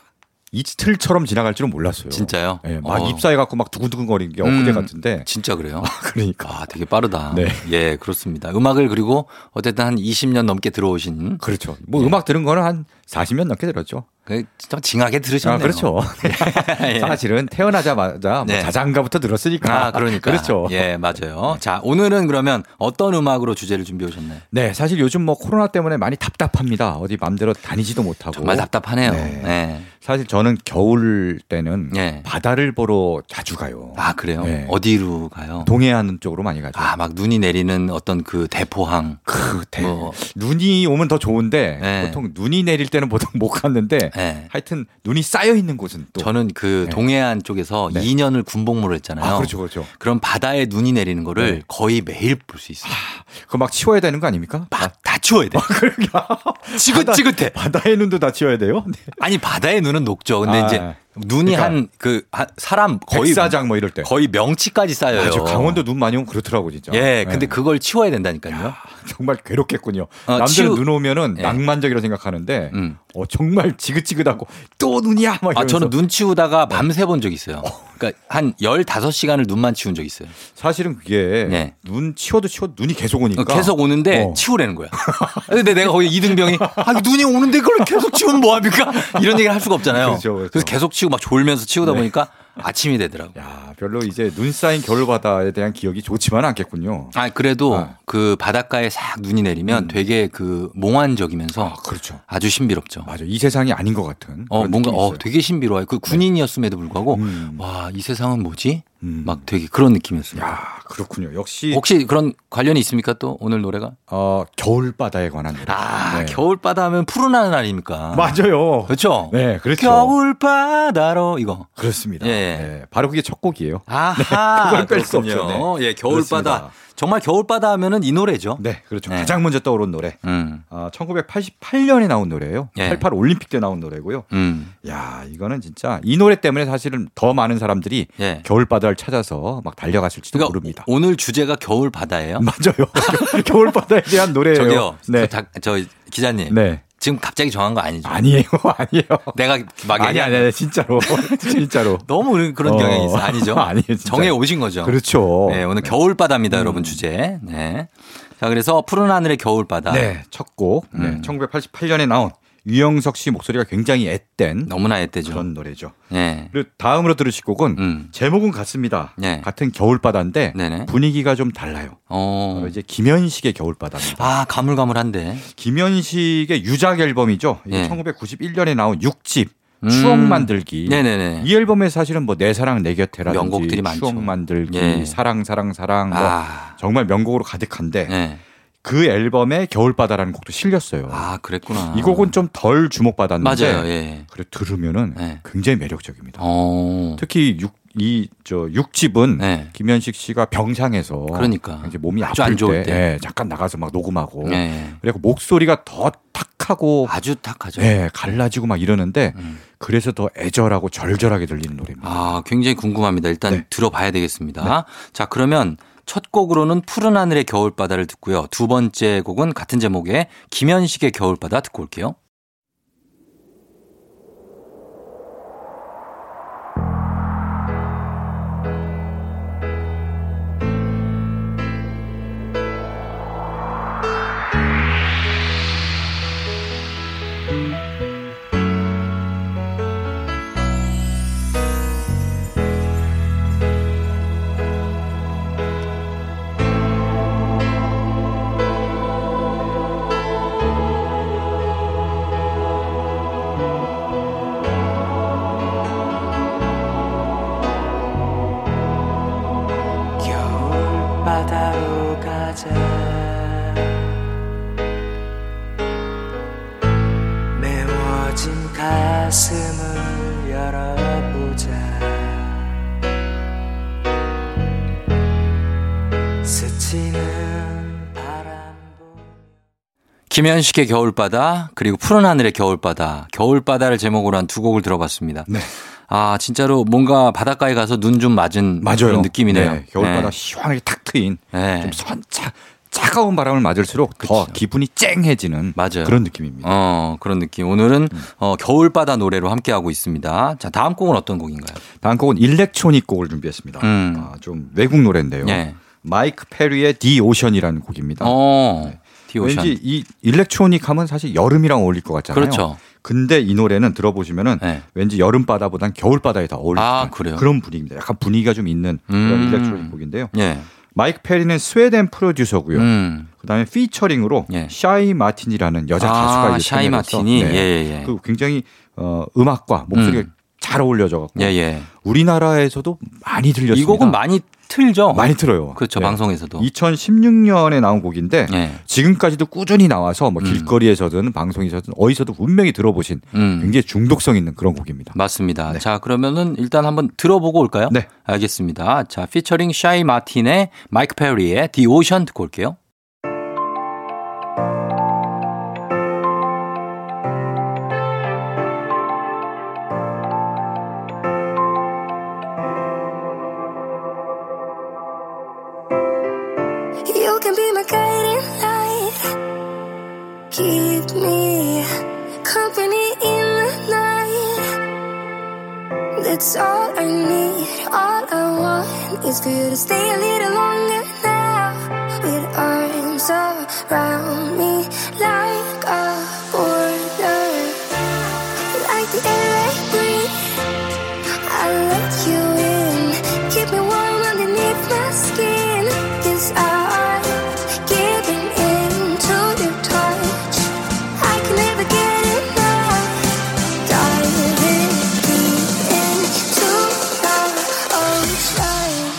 E: 이틀처럼 지나갈 줄은 몰랐어요. 진짜요? 예, 막
A: 어.
E: 입사해 갖고 막 두근두근거리는 게 엊그제
A: 음,
E: 같은데.
A: 진짜
E: <laughs>
A: 그래요?
E: 그러니까.
A: 아, 되게 빠르다.
E: 네.
A: 예, 그렇습니다. 음악을 그리고 어쨌든 한 20년 넘게 들어오신.
E: 그렇죠. 뭐 음악 들은 거는 한 40년 넘게 들었죠.
A: 그, 좀 징하게 들으셨네요.
E: 아, 그렇죠.
A: <laughs>
E: <laughs>
A: 예.
E: 사실은 태어나자마자 뭐
A: 네.
E: 자장가부터 들었으니까.
A: 아, 그러니까.
E: <laughs> 그렇죠.
A: 예, 맞아요. 자, 오늘은 그러면 어떤 음악으로 주제를 준비해 오셨나요?
E: 네, 사실 요즘 뭐 코로나 때문에 많이 답답합니다. 어디 마음대로 다니지도 못하고.
A: 정말 답답하네요.
E: 네.
A: 네.
E: 사실 저는 겨울 때는
A: 예.
E: 바다를 보러 자주 가요.
A: 아, 그래요?
E: 네.
A: 어디로 가요?
E: 동해안 쪽으로 많이 가죠.
A: 아, 막 눈이 내리는 어떤 그 대포항.
E: 그 대,
A: 뭐.
E: 눈이 오면 더 좋은데
A: 네.
E: 보통 눈이 내릴 때는 보통 못 갔는데 하여튼 눈이 쌓여 있는 곳은
A: 예.
E: 또 네.
A: 저는 그 동해안 쪽에서 2년을 군복무를 했잖아요.
E: 아, 그렇죠, 그렇죠.
A: 그럼 바다에 눈이 내리는 거를
E: 네. 아,
A: 거의 매일 볼 수 있어요.
E: 그거 막 치워야 되는 거 아닙니까? 그러니까.
A: 다 치워야 예. 돼. 아, 지긋지긋해.
E: 바다, 바다의 눈도 다 치워야 돼요? 네.
A: 아니 바다의 눈은 녹죠. 근데
E: 아,
A: 이제 눈이
E: 그러니까.
A: 한 그 사람 거의
E: 백사장 뭐 이럴 때.
A: 거의 명치까지 쌓여요.
E: 맞아, 강원도 네. 눈 많이 오면 그렇더라고 진짜.
A: 예, 근데 그걸 치워야 된다니까요.
E: 아, 정말 괴롭겠군요.
A: 어,
E: 남들은
A: 치우-
E: 눈 오면은
A: 예. 음.
E: 낭만적이라 생각하는데 어, 정말 지긋지긋하고 또 눈이야 막 이러면서. 네.
A: 아 저는 눈 치우다가 밤새 본 적 있어요. 그러니까 한 15시간을 눈만 치운 적 있어요.
E: 사실은 그게 눈 치워도 치워도 눈이 계속 오니까
A: 네. 어, 계속 오는데 치우라는 거야. 근데 내가 거기 이등병이 아 눈이 오는데 그걸 계속 치우면 뭐 합니까? 이런 얘기를 할 수가 없잖아요.
E: 그렇죠, 그렇죠.
A: 래서 계속 치우고 막 졸면서 치우다
E: 네.
A: 보니까 아침이 되더라고. 요
E: 아, 별로 이제 눈 쌓인 겨울바다에 대한 기억이 좋지만 않겠군요.
A: 아 그래도 그 바닷가에 싹 눈이 내리면 되게 그 몽환적이면서 아,
E: 그렇죠.
A: 주 신비롭죠.
E: 맞아. 이 세상이 아닌 것 같은.
A: 어
E: 그런
A: 뭔가
E: 느낌이
A: 어
E: 있어요.
A: 되게 신비로워요. 그 음. 군인이었음에도 불구하고 와 이 세상은 뭐지?
E: 막 되게 그런 느낌이었습니다.
A: 그렇군요. 역시
E: 혹시 그런 관련이 있습니까 또 오늘 노래가?
A: 어 겨울바다에 관한 노래.
E: 아 겨울바다 하면 푸른 하늘 아닙니까?
A: 맞아요.
E: 그렇죠.
A: 네, 그렇죠.
E: 겨울바다로 이거.
A: 그렇습니다.
E: 예.
A: 네, 바로 그게 첫 곡이에요.
E: 아하.
A: 네, 그걸 뺄수
E: 그렇군요.
A: 없죠. 네.
E: 예, 겨울바다.
A: 그렇습니다.
E: 정말 겨울바다 하면은 이 노래죠.
A: 네, 그렇죠.
E: 예.
A: 가장 먼저 떠오른 노래.
E: 음.
A: 아, 1988년에 나온 노래예요.
E: 예.
A: 88 올림픽 때 나온 노래고요.
E: 음.
A: 야, 이거는 진짜 이 노래 때문에 사실은 더 많은 사람들이
E: 예.
A: 겨울바다를 찾아서 막 달려갔을지도 모릅니다.
E: 그러니까 오늘 주제가 겨울바다예요.
A: 맞아요. <laughs> 겨울바다에 대한 노래예요.
E: 저기요. 그
A: 네.
E: 저, 작- 저 기자님.
A: 네.
E: 지금 갑자기 정한 거 아니죠?
A: 아니에요. <laughs> 아니에요.
E: 내가 막
A: 아니
E: 얘기한
A: 아니 아니 진짜로. <laughs>
E: <laughs>
A: 진짜로.
E: 너무 그런- 그런
A: 어.
E: 경향이 있어.
A: <laughs>
E: 아니죠?
A: 아니에요, 진짜.
E: 정해 오신 거죠.
A: 그렇죠. 음.
E: 네, 오늘 겨울바다입니다, 여러분 주제. 네. 자, 그래서 푸른 하늘의 겨울바다.
A: 네, 첫 곡.
E: 음.
A: 네, 1988년에 나온 유영석 씨 목소리가 굉장히 앳된
E: 너무나 앳되죠.
A: 그런 노래죠.
E: 네.
A: 그리고 다음으로 들으실 곡은 제목은 같습니다.
E: 네.
A: 같은
E: 음.
A: 겨울바다인데 분위기가 좀 달라요.
E: 어.
A: 바로 이제 김현식의 겨울바다입니다.
E: 아, 가물가물한데.
A: 김현식의 유작 앨범이죠. 이게
E: 네.
A: 1991년에 나온 6집
E: 음.
A: 추억 만들기.
E: 네네네.
A: 이 앨범에 사실은 뭐 내 사랑 내 곁에라든지
E: 명곡들이 많죠.
A: 추억 만들기,
E: 예.
A: 사랑 사랑 사랑 뭐
E: 아. 네.
A: 정말 명곡으로 가득한데 그 앨범에 겨울바다라는 곡도 실렸어요.
E: 아, 그랬구나.
A: 이 곡은 좀 덜 주목받았는데
E: 맞아요. 예. 네.
A: 그래 들으면은 굉장히 매력적입니다.
E: 어.
A: 특히 육, 이, 저, 육집은 김현식 씨가 병상에서
E: 네. 그러니까.
A: 뭐 이제 몸이
E: 아주
A: 아플
E: 안 좋을 때.
A: 예, 잠깐 나가서 막 녹음하고
E: 예.
A: 그리고 목소리가 더 탁하고
E: 아주 탁하죠. 음.
A: 예, 갈라지고 막 이러는데 그래서 더 애절하고 절절하게 들리는 노래입니다.
E: 아, 굉장히 궁금합니다. 일단
A: 네.
E: 들어봐야 되겠습니다. 자, 그러면 첫 곡으로는 푸른 하늘의 겨울바다를 듣고요. 두 번째 곡은 같은 제목의 김현식의 겨울바다 듣고 올게요.
G: 바다로 가자 메워진 가슴을 열어보자 스치는 바람
E: 김현식의 겨울바다 그리고 푸른 하늘의 겨울바다 겨울바다를 제목으로 한 두 곡을 들어봤습니다.
A: 네.
E: 아 진짜로 뭔가 바닷가에 가서 눈 좀 맞은 그런 느낌이네요.
A: 네, 겨울바다
E: 네.
A: 시원하게 탁 트인
E: 네.
A: 좀 선차 차가운 바람을 맞을수록 더 기분이 쨍해지는 그런 느낌입니다.
E: 어 그런 느낌. 오늘은 어, 겨울바다 노래로 함께 하고 있습니다. 자 다음 곡은 어떤 곡인가요?
A: 다음 곡은 일렉트로닉 곡을 준비했습니다.
E: 음.
A: 아, 좀 외국 노래인데요. 마이크 페리의 디 오션이라는 곡입니다.
E: 네.
A: 네.
E: 어, 디 오션.
A: 왠지 이 일렉트로닉 하면 사실 여름이랑 어울릴 것 같잖아요.
E: 그렇죠. 네.
A: 근데 이 노래는 들어보시면은 왠지 여름 바다보단 겨울 바다에 더 어울리는
E: 아, 그래요?
A: 그런 분위기입니다. 약간 분위기가 좀 있는 그런
E: 음.
A: 일렉트로닉 곡인데요.
E: 예.
A: 마이크 페리는 스웨덴 프로듀서고요.
E: 음. 예.
A: 그다음에 피처링으로 샤이 마틴이라는 여자
E: 아,
A: 가수가 이제
E: 샤이
A: 참여를
E: 마틴이?
A: 했어.
E: 예, 예, 예.
A: 그 굉장히 어, 음악과 목소리가
E: 음.
A: 잘 어울려져 갖고
E: 예, 예.
A: 우리나라에서도 많이 들렸습니다.
E: 이 곡은 많이 틀죠.
A: 많이 틀어요.
E: 그렇죠.
A: 네.
E: 방송에서도. 예.
A: 2016년에 나온 곡인데 지금까지도 꾸준히 나와서
E: 음.
A: 뭐 길거리에서든 방송에서든 어디서도 분명히 들어보신
E: 음.
A: 굉장히 중독성 있는 그런 곡입니다.
E: 맞습니다.
A: 네.
E: 자, 그러면은 일단 한번 들어보고 올까요? 네. 알겠습니다. 자, 피처링 샤이 마틴의 마이크 페리의 디 오션 듣고 올게요.
N: You can be my guiding light. Keep me company in the night. That's all I need. All I want is for you to stay a little longer now. With arms around me like a border. Like the air I breathe. I let you in. Keep me warm underneath my skin. Cause I'm giving in to your touch. I can never get enough. Diving deep into the ocean.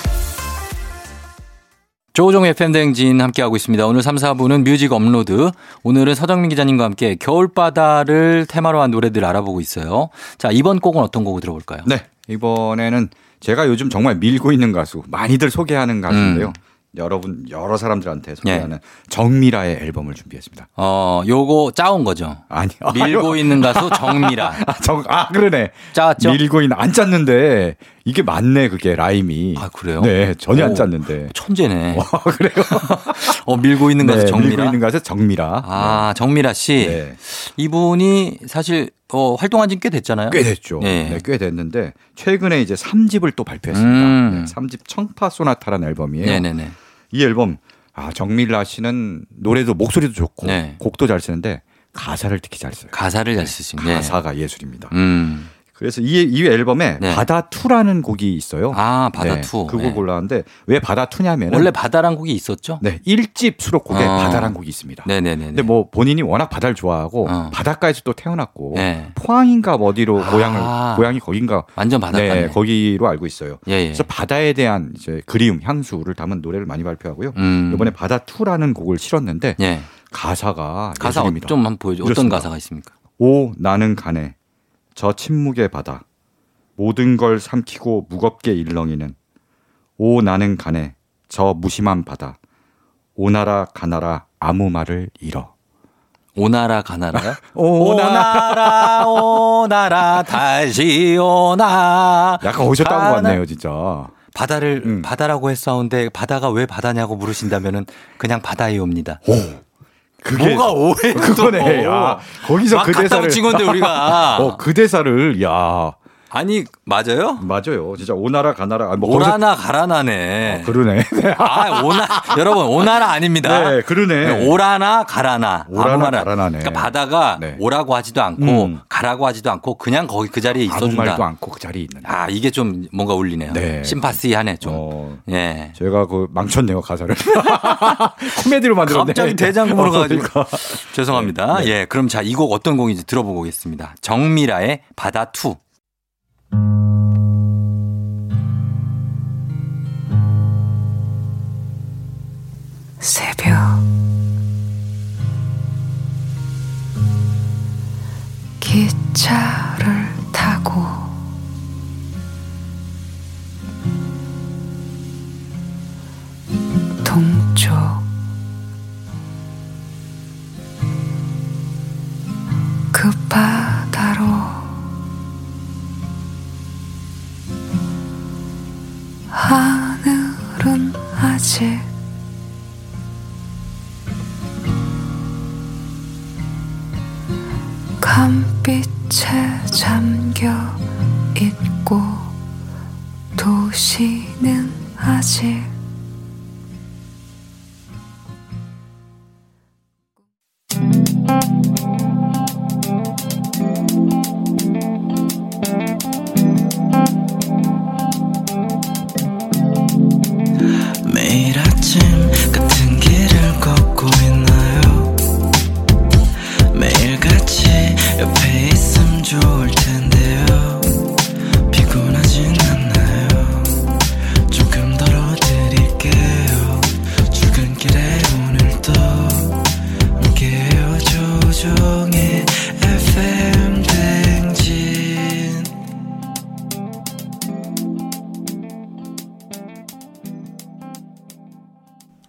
E: 조우종 FM대행진 함께하고 있습니다. 오늘 3, 4부는 뮤직 업로드. 오늘은 서정민 기자님과 함께 겨울바다를 테마로 한 노래들 알아보고 있어요. 자, 이번 곡은 어떤 곡을 들어볼까요?
A: 네. 이번에는 제가 요즘 정말 밀고 있는 가수, 많이들 소개하는 가수인데요.
E: 음.
A: 여러분 여러
E: 네.
A: 사람들한테 소개하는 정미라의 앨범을 준비했습니다.
E: 어, 요거 짜온 거죠?
A: 아니.
E: 밀고 있는 가수 정미라.
A: <laughs> 아, 정, 아 그러네.
E: 짜왔죠?
A: 밀고 있는 안 짰는데 이게 맞네 그게 라임이. 아
E: 그래요?
A: 네, 전혀 안
E: 오,
A: 짰는데.
E: 천재네.
A: 그래요?
E: 어, 밀고 있는 가수
A: 네,
E: 정미라.
A: 밀고 있는 가수 네. 정미라.
E: 아, 정미라 씨. 이분이 사실 어, 활동한 지 꽤 됐잖아요.
A: 꽤 됐죠.
E: 네.
A: 네, 꽤 됐는데 최근에 이제 3집을 또 발표했습니다.
E: 음.
A: 네, 3집 청파 소나타라는 앨범이에요.
E: 네네네.
A: 이 앨범 아, 정밀라 씨는 노래도 목소리도 좋고
E: 네.
A: 곡도 잘 쓰는데 가사를 특히 잘 써요.
E: 가사를 잘 쓰시네. 네.
A: 가사가 예술입니다.
E: 음. 네.
A: 그래서 이, 이 앨범에 바다 투라는 곡이 있어요.
E: 아, 바다 투.
A: 네. 그
E: 네.
A: 곡을 골랐는데 왜 바다 투냐면
E: 원래 바다란 곡이 있었죠?
A: 네, 1집 수록곡에
E: 어.
A: 바다란 곡이 있습니다.
E: 네네네. 어.
A: 근데 뭐 본인이 워낙 바다를 좋아하고 바닷가에서 또 태어났고
E: 네.
A: 포항인가 뭐 어디로 고향을 고향이 거긴가
E: 완전 바닷가네.
A: 네, 거기로 알고 있어요.
E: 예, 예.
A: 그래서 바다에 대한 이제 그리움, 향수를 담은 노래를 많이 발표하고요.
E: 음.
A: 이번에 바다 투라는 곡을 실었는데
E: 예.
A: 가사가
E: 가사
A: 예술입니다.
E: 좀 한번 보여줘. 어떤
A: 이렇습니다.
E: 가사가 있습니까?
A: 오 나는 가네 저 침묵의 바다 모든 걸 삼키고 무겁게 일렁이는 오 나는 가네 저 무심한 바다 오나라 가나라 아무 말을 잃어 <laughs>
E: 오나라 가나라요?
A: 오나라
E: 오나라 다시 오나
A: 약간 오셨다고
E: 가나-
A: 왔네요 음. 진짜
E: 바다를 바다라고 했사온데 바다가 왜 바다냐고 물으신다면은 그냥 바다에 옵니다.
A: 그게
E: 뭐가 오해
A: 그거네 야, 거기서
E: 막
A: 그
E: 갖다
A: 대사를
E: 붙인 건데 우리가.
A: <laughs> 어, 그 대사를 야
E: 아니 맞아요?
A: 맞아요 진짜 오나라 가나라 아, 뭐 거기서- 어,
E: 오라나 가라나네.
A: 그러네
E: 아
A: <laughs>
E: 오나 여러분 오나라 아닙니다.
A: 네, 그러네.
E: 오라나 가라나
A: 오라나
E: 아무 말 안-
A: 가라나네.
E: 그러니까 바다가 오라고 하지도 않고
A: 음.
E: 가라고 하지도 않고 그냥 거기 그 자리에 있어준다.
A: 아무 말도 않고 그 자리에 있는
E: 아 이게 좀 뭔가 울리네요.
A: 네. 어.
E: 심파시하네 좀. 예.
A: 제가 그 망쳤네요 가사를 <laughs> 코미디로 만들었네
E: 갑자기 대장금으로
A: 어,
E: 가가지고
A: 그러니까.
E: 죄송합니다.
A: 네, 네.
E: 예, 그럼 자 이 곡 어떤 곡인지 들어보고 오겠습니다. 정미라의 바다 투.
O: 새벽 기차를 타고 동쪽 그 바다로 하늘은 아직 감빛에 잠겨 있고 도시는 아직
G: 매일 아침 같은 길을 걷고 있나요 매일 같이 옆에 있음 좋을 텐데요 피곤하진 않나요 조금 덜어드릴게요 출근길에 오늘도 함께해요 조종의 FM 댕진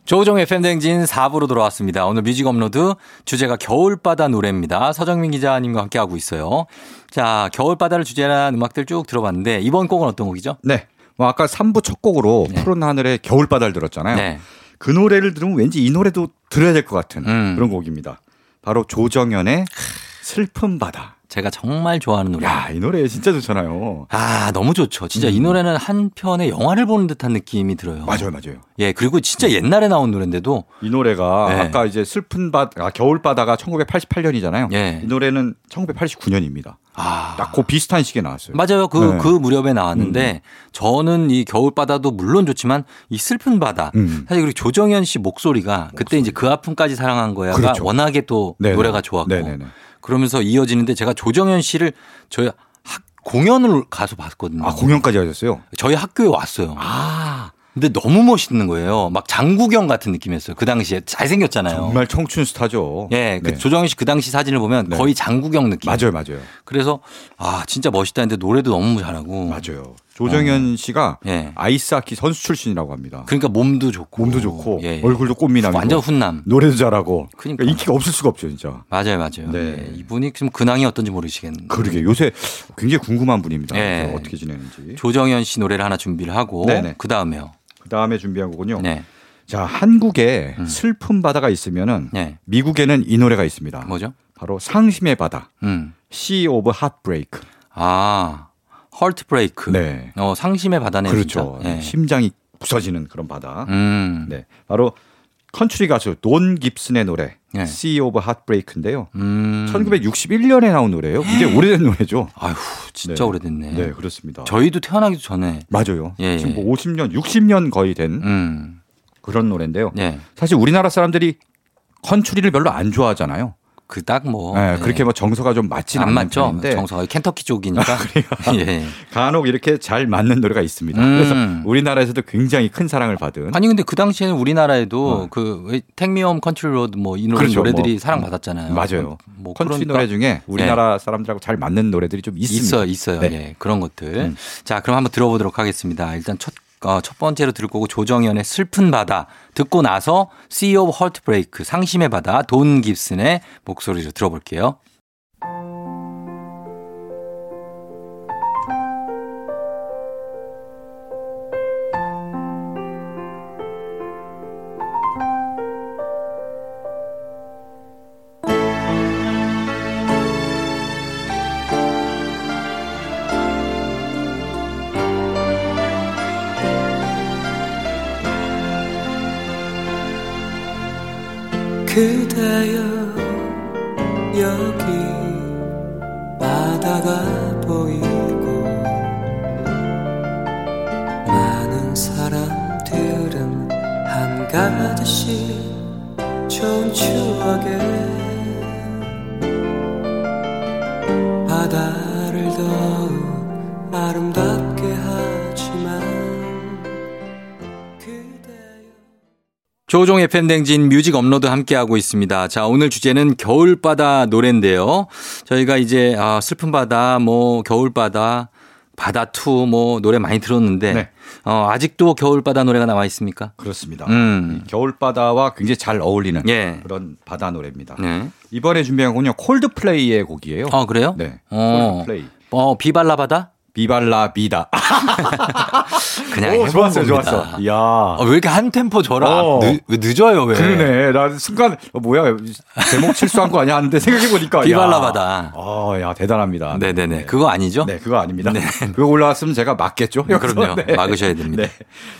E: 조종 FM 댕진 4부로 돌아왔습니다. 오늘 뮤직 업로드 주제가 겨울바다 노래입니다. 서정민 기자님과 함께 하고 있어요. 자, 겨울바다를 주제로 한 음악들 쭉 들어봤는데 이번 곡은 어떤 곡이죠?
A: 네. 뭐 아까 3부 첫 곡으로
E: 네.
A: 푸른 하늘의 겨울바다를 들었잖아요. 그 노래를 들으면 왠지 이 노래도 들어야 될 것 같은
E: 음.
A: 그런 곡입니다. 바로 조정현의 슬픈 바다.
E: 제가 정말 좋아하는 노래.
A: 야, 이 노래 진짜 좋잖아요.
E: 아, 너무 좋죠. 진짜 이 노래는 한 편의 영화를 보는 듯한 느낌이 들어요.
A: 맞아요, 맞아요.
E: 예, 그리고 진짜 옛날에 나온 노래인데도
A: 이 노래가
E: 네.
A: 아까 이제 슬픈 바다, 아, 겨울바다가 1988년이잖아요. 이 노래는 1989년입니다.
E: 예. 아.
A: 딱 그 비슷한 시기에 나왔어요.
E: 맞아요. 그,
A: 네. 음.
E: 그 무렵에 나왔는데 저는 이 겨울바다도 물론 좋지만 이 슬픈 바다.
A: 음.
E: 사실 그리고 조정현 씨 목소리가 그때 이제 그 아픔까지 사랑한 거야가
A: 그렇죠.
E: 워낙에 또
A: 네네.
E: 노래가 좋았고
A: 네네네.
E: 그러면서 이어지는데 제가 조정현 씨를 저희 학, 공연을 가서 봤거든요.
A: 아, 공연까지 하셨어요?
E: 저희 학교에 왔어요. 근데 너무 멋있는 거예요. 막 장구경 같은 느낌이었어요. 그 당시에 잘생겼잖아요.
A: 정말 청춘 스타죠. 네.
E: 예, 그 조정현 씨 그 당시 사진을 보면 거의 장구경 느낌.
A: 맞아요, 맞아요.
E: 그래서 아 진짜 멋있다 했는데 노래도 너무 잘하고.
A: 맞아요. 조정현 씨가 아이스하키 선수 출신이라고 합니다.
E: 어. 예. 그러니까 몸도 좋고 예,
A: 몸도 좋고 얼굴도 꽃미남이고
E: 완전 훈남.
A: 노래도 잘하고 그러니까 인기가 없을 수가 없죠, 진짜.
E: 맞아요, 맞아요. 예, 이분이 지금 근황이 어떤지 모르시겠는데.
A: 네. 그러게 요새 굉장히 궁금한 분입니다.
E: 예.
A: 그래서 어떻게 지내는지.
E: 조정현 씨 노래를 하나 준비를 하고
A: 네네.
E: 그 다음에요.
A: 그 다음에 준비한 거군요.
E: 네.
A: 자, 한국에
E: 음.
A: 슬픈 바다가 있으면은 미국에는 이 노래가 있습니다.
E: 네. 뭐죠?
A: 바로 상심의 바다.
E: 음.
A: Sea of Heartbreak.
E: 아, 헐트브레이크.
A: 네.
E: 어, 상심의 바다네요.
A: 그렇죠.
E: 진짜. 예.
A: 심장이 부서지는 그런 바다.
E: 음.
A: 네. 바로 컨트리 가수 존 깁슨의 노래
E: 네.
A: Sea of Heartbreak인데요. 1961년에 나온 노래예요. 굉장히 오래된 노래죠.
E: 음. 아휴, 진짜 네. 오래됐네.
A: 네, 그렇습니다.
E: 저희도 태어나기도 전에
A: 맞아요.
E: 예, 음.
A: 지금
E: 예.
A: 뭐 50년, 60년 거의 된 그런 노래인데요.
E: 네.
A: 사실 우리나라 사람들이 컨트리를 별로 안 좋아하잖아요.
E: 그닥 뭐
A: 네,
E: 예.
A: 그렇게 아, 뭐 정서가 좀 맞지는
E: 안
A: 않는
E: 맞죠?
A: 편인데 아,
E: 정서가 켄터키 쪽이니까. <laughs> 예.
A: 간혹 이렇게 잘 맞는 노래가 있습니다. 그래서
E: 음.
A: 우리나라에서도 굉장히 큰 사랑을 받은
E: 아니 근데 그 당시에는 우리나라에도 그 택미엄 컨트롤 로드 뭐이 노래
A: 어. 그렇죠.
E: 노래들이
A: 뭐,
E: 사랑받았잖아요.
A: 맞아요.
E: 뭐
A: 컨트리
E: 그러니까-
A: 노래 중에
E: 예.
A: 우리나라 사람들하고 잘 맞는 노래들이 좀 있습니다.
E: 있어요, 있어요.
A: 네.
E: 예, 그런 것들. 자, 그럼 한번 들어보도록 하겠습니다. 일단 첫, 어, 첫 번째로 들을 거고 조정현의 슬픈 바다 듣고 나서 CEO of Heartbreak 상심의 바다 돈 깁슨의 목소리로 들어볼게요.
G: 그대여 여기 바다가 보이고 많은 사람들은 한가득이 좋은 추억에 바다를 더욱 아름답게 하지만
E: 조종의 팬댕진 뮤직 업로드 함께하고 있습니다. 자, 오늘 주제는 겨울바다 노래인데요. 저희가 이제 아, 슬픈 바다, 뭐 겨울바다, 바다2 뭐 노래 많이 들었는데
A: 네.
E: 어, 아직도 겨울바다 노래가 나와 있습니까?
A: 그렇습니다.
E: 음.
A: 겨울바다와 굉장히 잘 어울리는
E: 예.
A: 그런 바다 노래입니다.
E: 네.
A: 이번에 준비한 건요 콜드플레이의 곡이에요.
E: 아, 그래요?
A: 네.
E: 어.
A: 콜드플레이.
E: 어, 비발라 바다? 아,
A: 비발라 비다.
E: 그냥
A: 오,
E: 해본
A: 좋았어요,
E: 겁니다.
A: 좋았어. 야. 아,
E: 왜 이렇게 한 템포 저라? 늦- 왜 늦어요, 왜?
A: 그러네. 나 순간 어, 뭐야 제목 실수한 거 아니야 하는데 생각해 보니까
E: 비발라바다.
A: 아, 야 대단합니다.
E: 네네네. 그거 아니죠?
A: 네, 그거 아닙니다. 그거 올라왔으면 제가 막겠죠.
E: 네, 그럼요.
A: 여기서. 네.
E: 막으셔야 됩니다.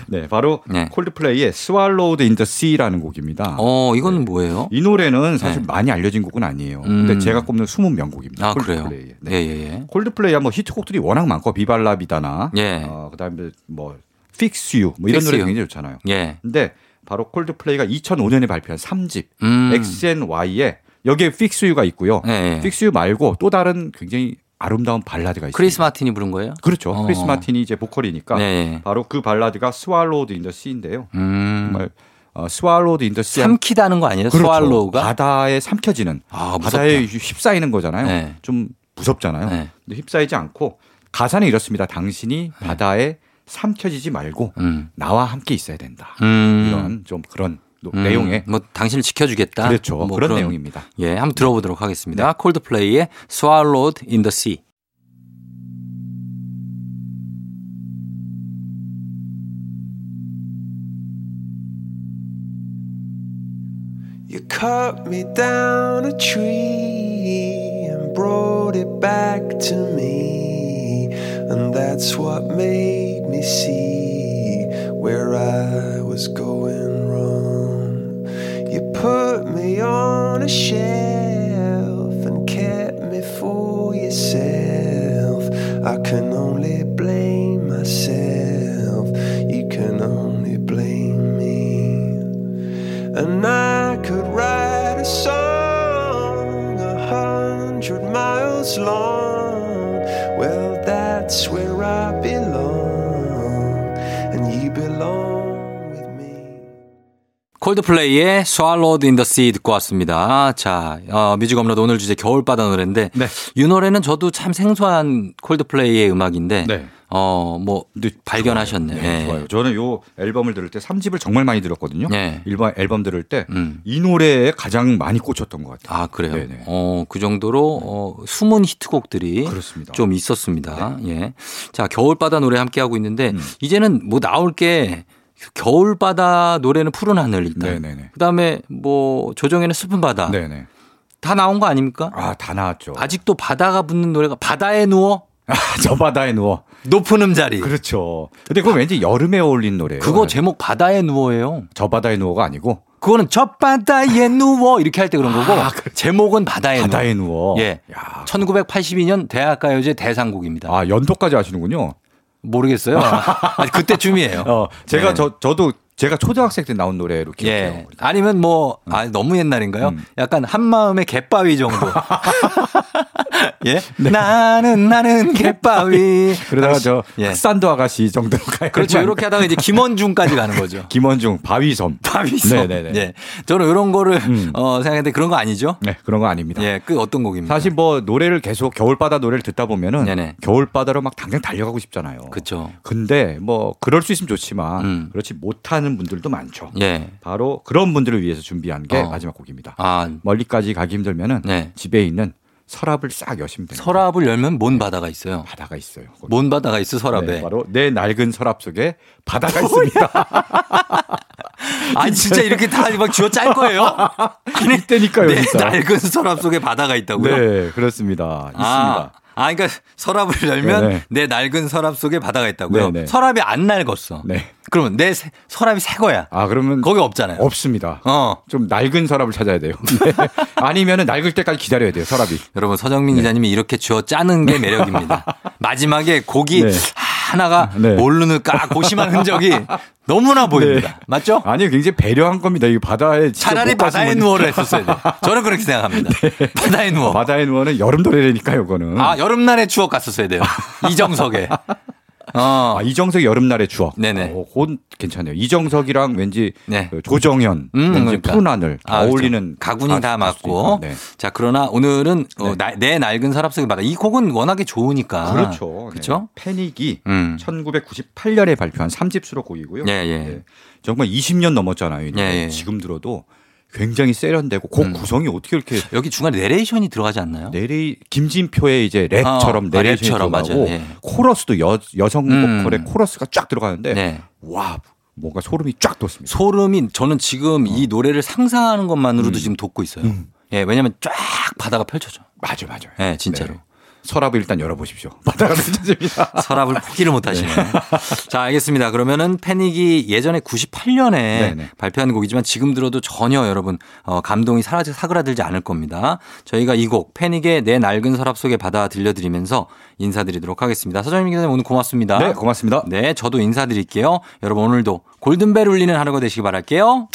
A: 네, 네, 바로 콜드플레이의 Swallowed in the Sea라는 곡입니다.
E: 어, 이건 뭐예요?
A: 이 노래는 사실 많이 알려진 곡은 아니에요.
E: 네. 음.
A: 근데 제가 꼽는 숨은 명곡입니다.
E: 아, 그래요?
A: 콜드플레이의. 네.
E: 예, 예, 예.
A: 콜드플레이야 뭐 히트곡들이 워낙 많고 비발라비다나 어, 그다음에 뭐 Fix You 뭐 이런
E: 네. Fix
A: 노래
E: You.
A: 굉장히 좋잖아요.
E: 예.
A: 근데 바로 콜드플레이가 2005년에 발표한 3집
E: 음. 네.
A: XNY에 여기에 Fix You가 있고요. Fix You 말고 또 다른 굉장히 아름다운 발라드가 있습니다.
E: 크리스 마틴이 부른 거예요?
A: 그렇죠.
E: 어.
A: 크리스 마틴이 이제 보컬이니까
E: 네.
A: 바로 그 발라드가 스왈로드 인더 씨인데요.
E: 음.
A: 정말 어, 스왈로드 인더 씨
E: 삼키다는 거 아니에요?
A: 그렇죠.
E: 스왈로우가?
A: 바다에 삼켜지는
E: 무섭다.
A: 바다에 예. 네. 휩싸이는 거잖아요.
E: 네.
A: 좀 무섭잖아요. 근데 휩싸이지 않고 가사는 이렇습니다. 당신이 바다에 삼켜지지 말고 나와 함께 있어야 된다.
E: 음.
A: 이런 좀 그런 노-
E: 음,
A: 내용의
E: 뭐 당신을 지켜주겠다.
A: 그렇죠.
E: 뭐
A: 그런 내용입니다. 네.
E: 예, 한번 들어보도록 하겠습니다. 콜드플레이의 Swallowed in the Sea.
H: You cut me down a tree and brought it back to me. And that's what made me see where I was going wrong. You put me on a shelf and kept me for yourself. I can only blame myself. You can only blame me. And I could write a song a hundred miles long. Well, that's where I belong, and you belong
A: 콜드플레이의 Swallowed in the Sea 듣고 왔습니다. 자, 어, 뮤직 업로드 오늘 주제 겨울바다 노래인데 이 노래는 저도 참 생소한 콜드플레이의
L: 네.
A: 음악인데 어, 뭐 발견하셨네요. 예.
L: 좋아요. 저는 요 앨범을 들을 때 3집을 정말 많이 들었거든요.
A: 네. 예.
L: 일반 앨범 들을 때 이 노래에 가장 많이 꽂혔던 것 같아요.
A: 음. 아, 그래요? 어, 그 정도로 어, 숨은 히트곡들이 아,
E: 그렇죠.
A: 좀 있었습니다. 예. 자, 겨울바다 노래 함께 하고 있는데 이제는 뭐 나올 게 겨울바다 노래는 푸른 하늘 일단. 그다음에 뭐 조정에는 슬픈 바다.
E: 네.
A: 다 나온 거 아닙니까?
L: 네, 아, 다 나왔죠.
E: 뭐.
L: <laughs> 아,
A: 아직도 바다가 붙는 노래가 바다에 누워
L: 저 바다에 누워.
A: 높은 음자리.
L: 그렇죠. 근데 그건 왠지 여름에 어울린 노래예요.
A: 그거 제목 바다에 누워예요.
L: 저 바다에 누워가 아니고
A: 그거는 저 바다에 누워 이렇게 할 때 그런 거고 제목은 바다에,
L: 바다에 누워.
A: 예. 1982년 대학가요제 대상곡입니다.
L: 아 연도까지 아시는군요. <laughs>
A: 모르겠어요. 아니, 그때쯤이에요.
L: 어, 제가
A: 네.
L: 저 저도 제가 초등학생 때 나온 노래로 기억해요. 음.
A: 예. 아니면 뭐, 아, 너무 옛날인가요? 약간 한마음의 갯바위
L: <laughs>
A: 정도. 예? 나는, 나는 갯바위.
L: 네. <laughs> 그러다가 저
A: 예.
L: 흑산도 아가씨 정도로 가요.
A: 그렇죠. 이렇게 하다가 이제 김원중까지 가는
L: <laughs>
A: 거죠.
L: 김원중 바위섬.
A: 바위섬.
L: 네네네.
A: 예. 저는 이런 거를 어, 생각했는데 그런 거 아니죠?
L: 네, 그런 거 아닙니다.
A: 예, 그 어떤 곡입니까?
L: 사실 뭐 노래를 계속 겨울바다 노래를 듣다 보면은 겨울바다로 막 당장 달려가고 싶잖아요.
A: 그렇죠.
L: 근데 뭐 그럴 수 있으면 좋지만 그렇지 못하는 분들도 많죠.
A: 음. 예.
L: 바로 그런 분들을 위해서 준비한 게
A: 어.
L: 마지막 곡입니다.
A: 아, 네.
L: 멀리까지 가기 힘들면은 집에 있는 서랍을 싹 여시면 됩니다.
A: 서랍을 열면 뭔 바다가 있어요?
L: 바다가 있어요.
A: 뭔 바다가 있어, 서랍에?
L: 네, 바로 내 낡은 서랍 속에
A: <laughs>
L: 바다가 있습니다.
A: 아니, 진짜 이렇게 다 막 쥐어 짤 거예요?
L: <laughs>
A: 아니,
L: 이때니까요,
A: 내
L: 진짜.
A: 네, 낡은 서랍 속에 바다가 있다고요?
L: 네, 그렇습니다.
A: 아,
L: 있습니다.
A: 아, 그러니까 서랍을 열면
L: 네네.
A: 내 낡은 서랍 속에 바다가 있다고요.
L: 네네. 네.
A: 서랍이 안 낡았어. 그러면 내 새- 서랍이 새 거야.
L: 아, 그러면
A: 거기 없잖아요.
L: 없습니다.
A: 어.
L: 좀 낡은 서랍을 찾아야 돼요. <laughs> 네. 아니면은 낡을 때까지 기다려야 돼요, 서랍이.
A: 여러분
L: 네.
A: 서정민 기자님이 이렇게 쥐어 짜는 게
L: <laughs>
A: 매력입니다. 마지막에 고기
L: 네. 네.
A: 하나가 모르는까 고심한 흔적이 너무나 보입니다. 맞죠?
L: 아니요, 굉장히 배려한 겁니다. 이 바다에 진짜
A: 차라리
L: 못 가신
A: 바다에
L: 분이-
A: 누워를 했었어야
L: <laughs>
A: 돼. 저는 그렇게 생각합니다. 바다에 누워.
L: 바다에 음. 누워는 여름 노래니까요, 이거는.
A: 아 여름날에 추억 갔었어야
L: <laughs>
A: 돼요. 이정석의. 어.
L: 아, 이정석 여름날의 추억.
A: 네네. 네.
L: 어, 그건 괜찮아요. 이정석이랑 왠지 그 조정현,
A: 음,
L: 왠지
A: 그러니까.
L: 푸른 하늘
A: 아, 그렇죠.
L: 어울리는 네.
A: 가군이 다 맞고. 네. 자 그러나 오늘은 어, 나- 내 낡은 서랍 속에 바다. 이 곡은 워낙에 좋으니까.
L: 그렇죠.
A: 그렇죠.
L: 패닉이
A: 음.
L: 1998년에 발표한 3집 수록곡이고요. 네.
A: 예, 예.
L: 정말 20년 넘었잖아요. 이 노래.
A: 예. 음.
L: 지금 들어도 굉장히 세련되고 곡 구성이 어떻게 이렇게
A: 여기 중간에 내레이션이 들어가지 않나요?
L: 내레이 김진표의 이제 랩처럼
A: 어,
L: 내레이션이
A: 아, 랩처럼,
L: 들어가고
A: 맞아요. 예.
L: 코러스도 여, 여성
A: 음.
L: 보컬의 코러스가 쫙 들어가는데
A: 네.
L: 와 뭔가 소름이 쫙 돋습니다.
A: 소름이 저는 지금 이 노래를 상상하는 것만으로도 지금 돋고 있어요. 예, 왜냐면 쫙 바다가 펼쳐져.
L: 맞아, 맞아.
A: 예, 진짜로.
L: 네. 서랍을 일단 열어보십시오. <laughs>
A: <laughs>
L: 바다가 펼쳐집니다.
A: 서랍을 포기를 못 하시네. 자, 알겠습니다. 그러면은 패닉이 예전에 98년에 발표한 곡이지만 지금 들어도 전혀 여러분 어, 감동이 사라지 사그라들지 않을 겁니다. 저희가 이 곡 패닉의 내 낡은 서랍 속의 바다 들려드리면서 인사드리도록 하겠습니다. 서정민 기자님 오늘 네, 고맙습니다.
L: 네, 고맙습니다.
A: 네, 저도 인사드릴게요. 여러분 오늘도 골든벨 울리는 하루가 되시기 바랄게요.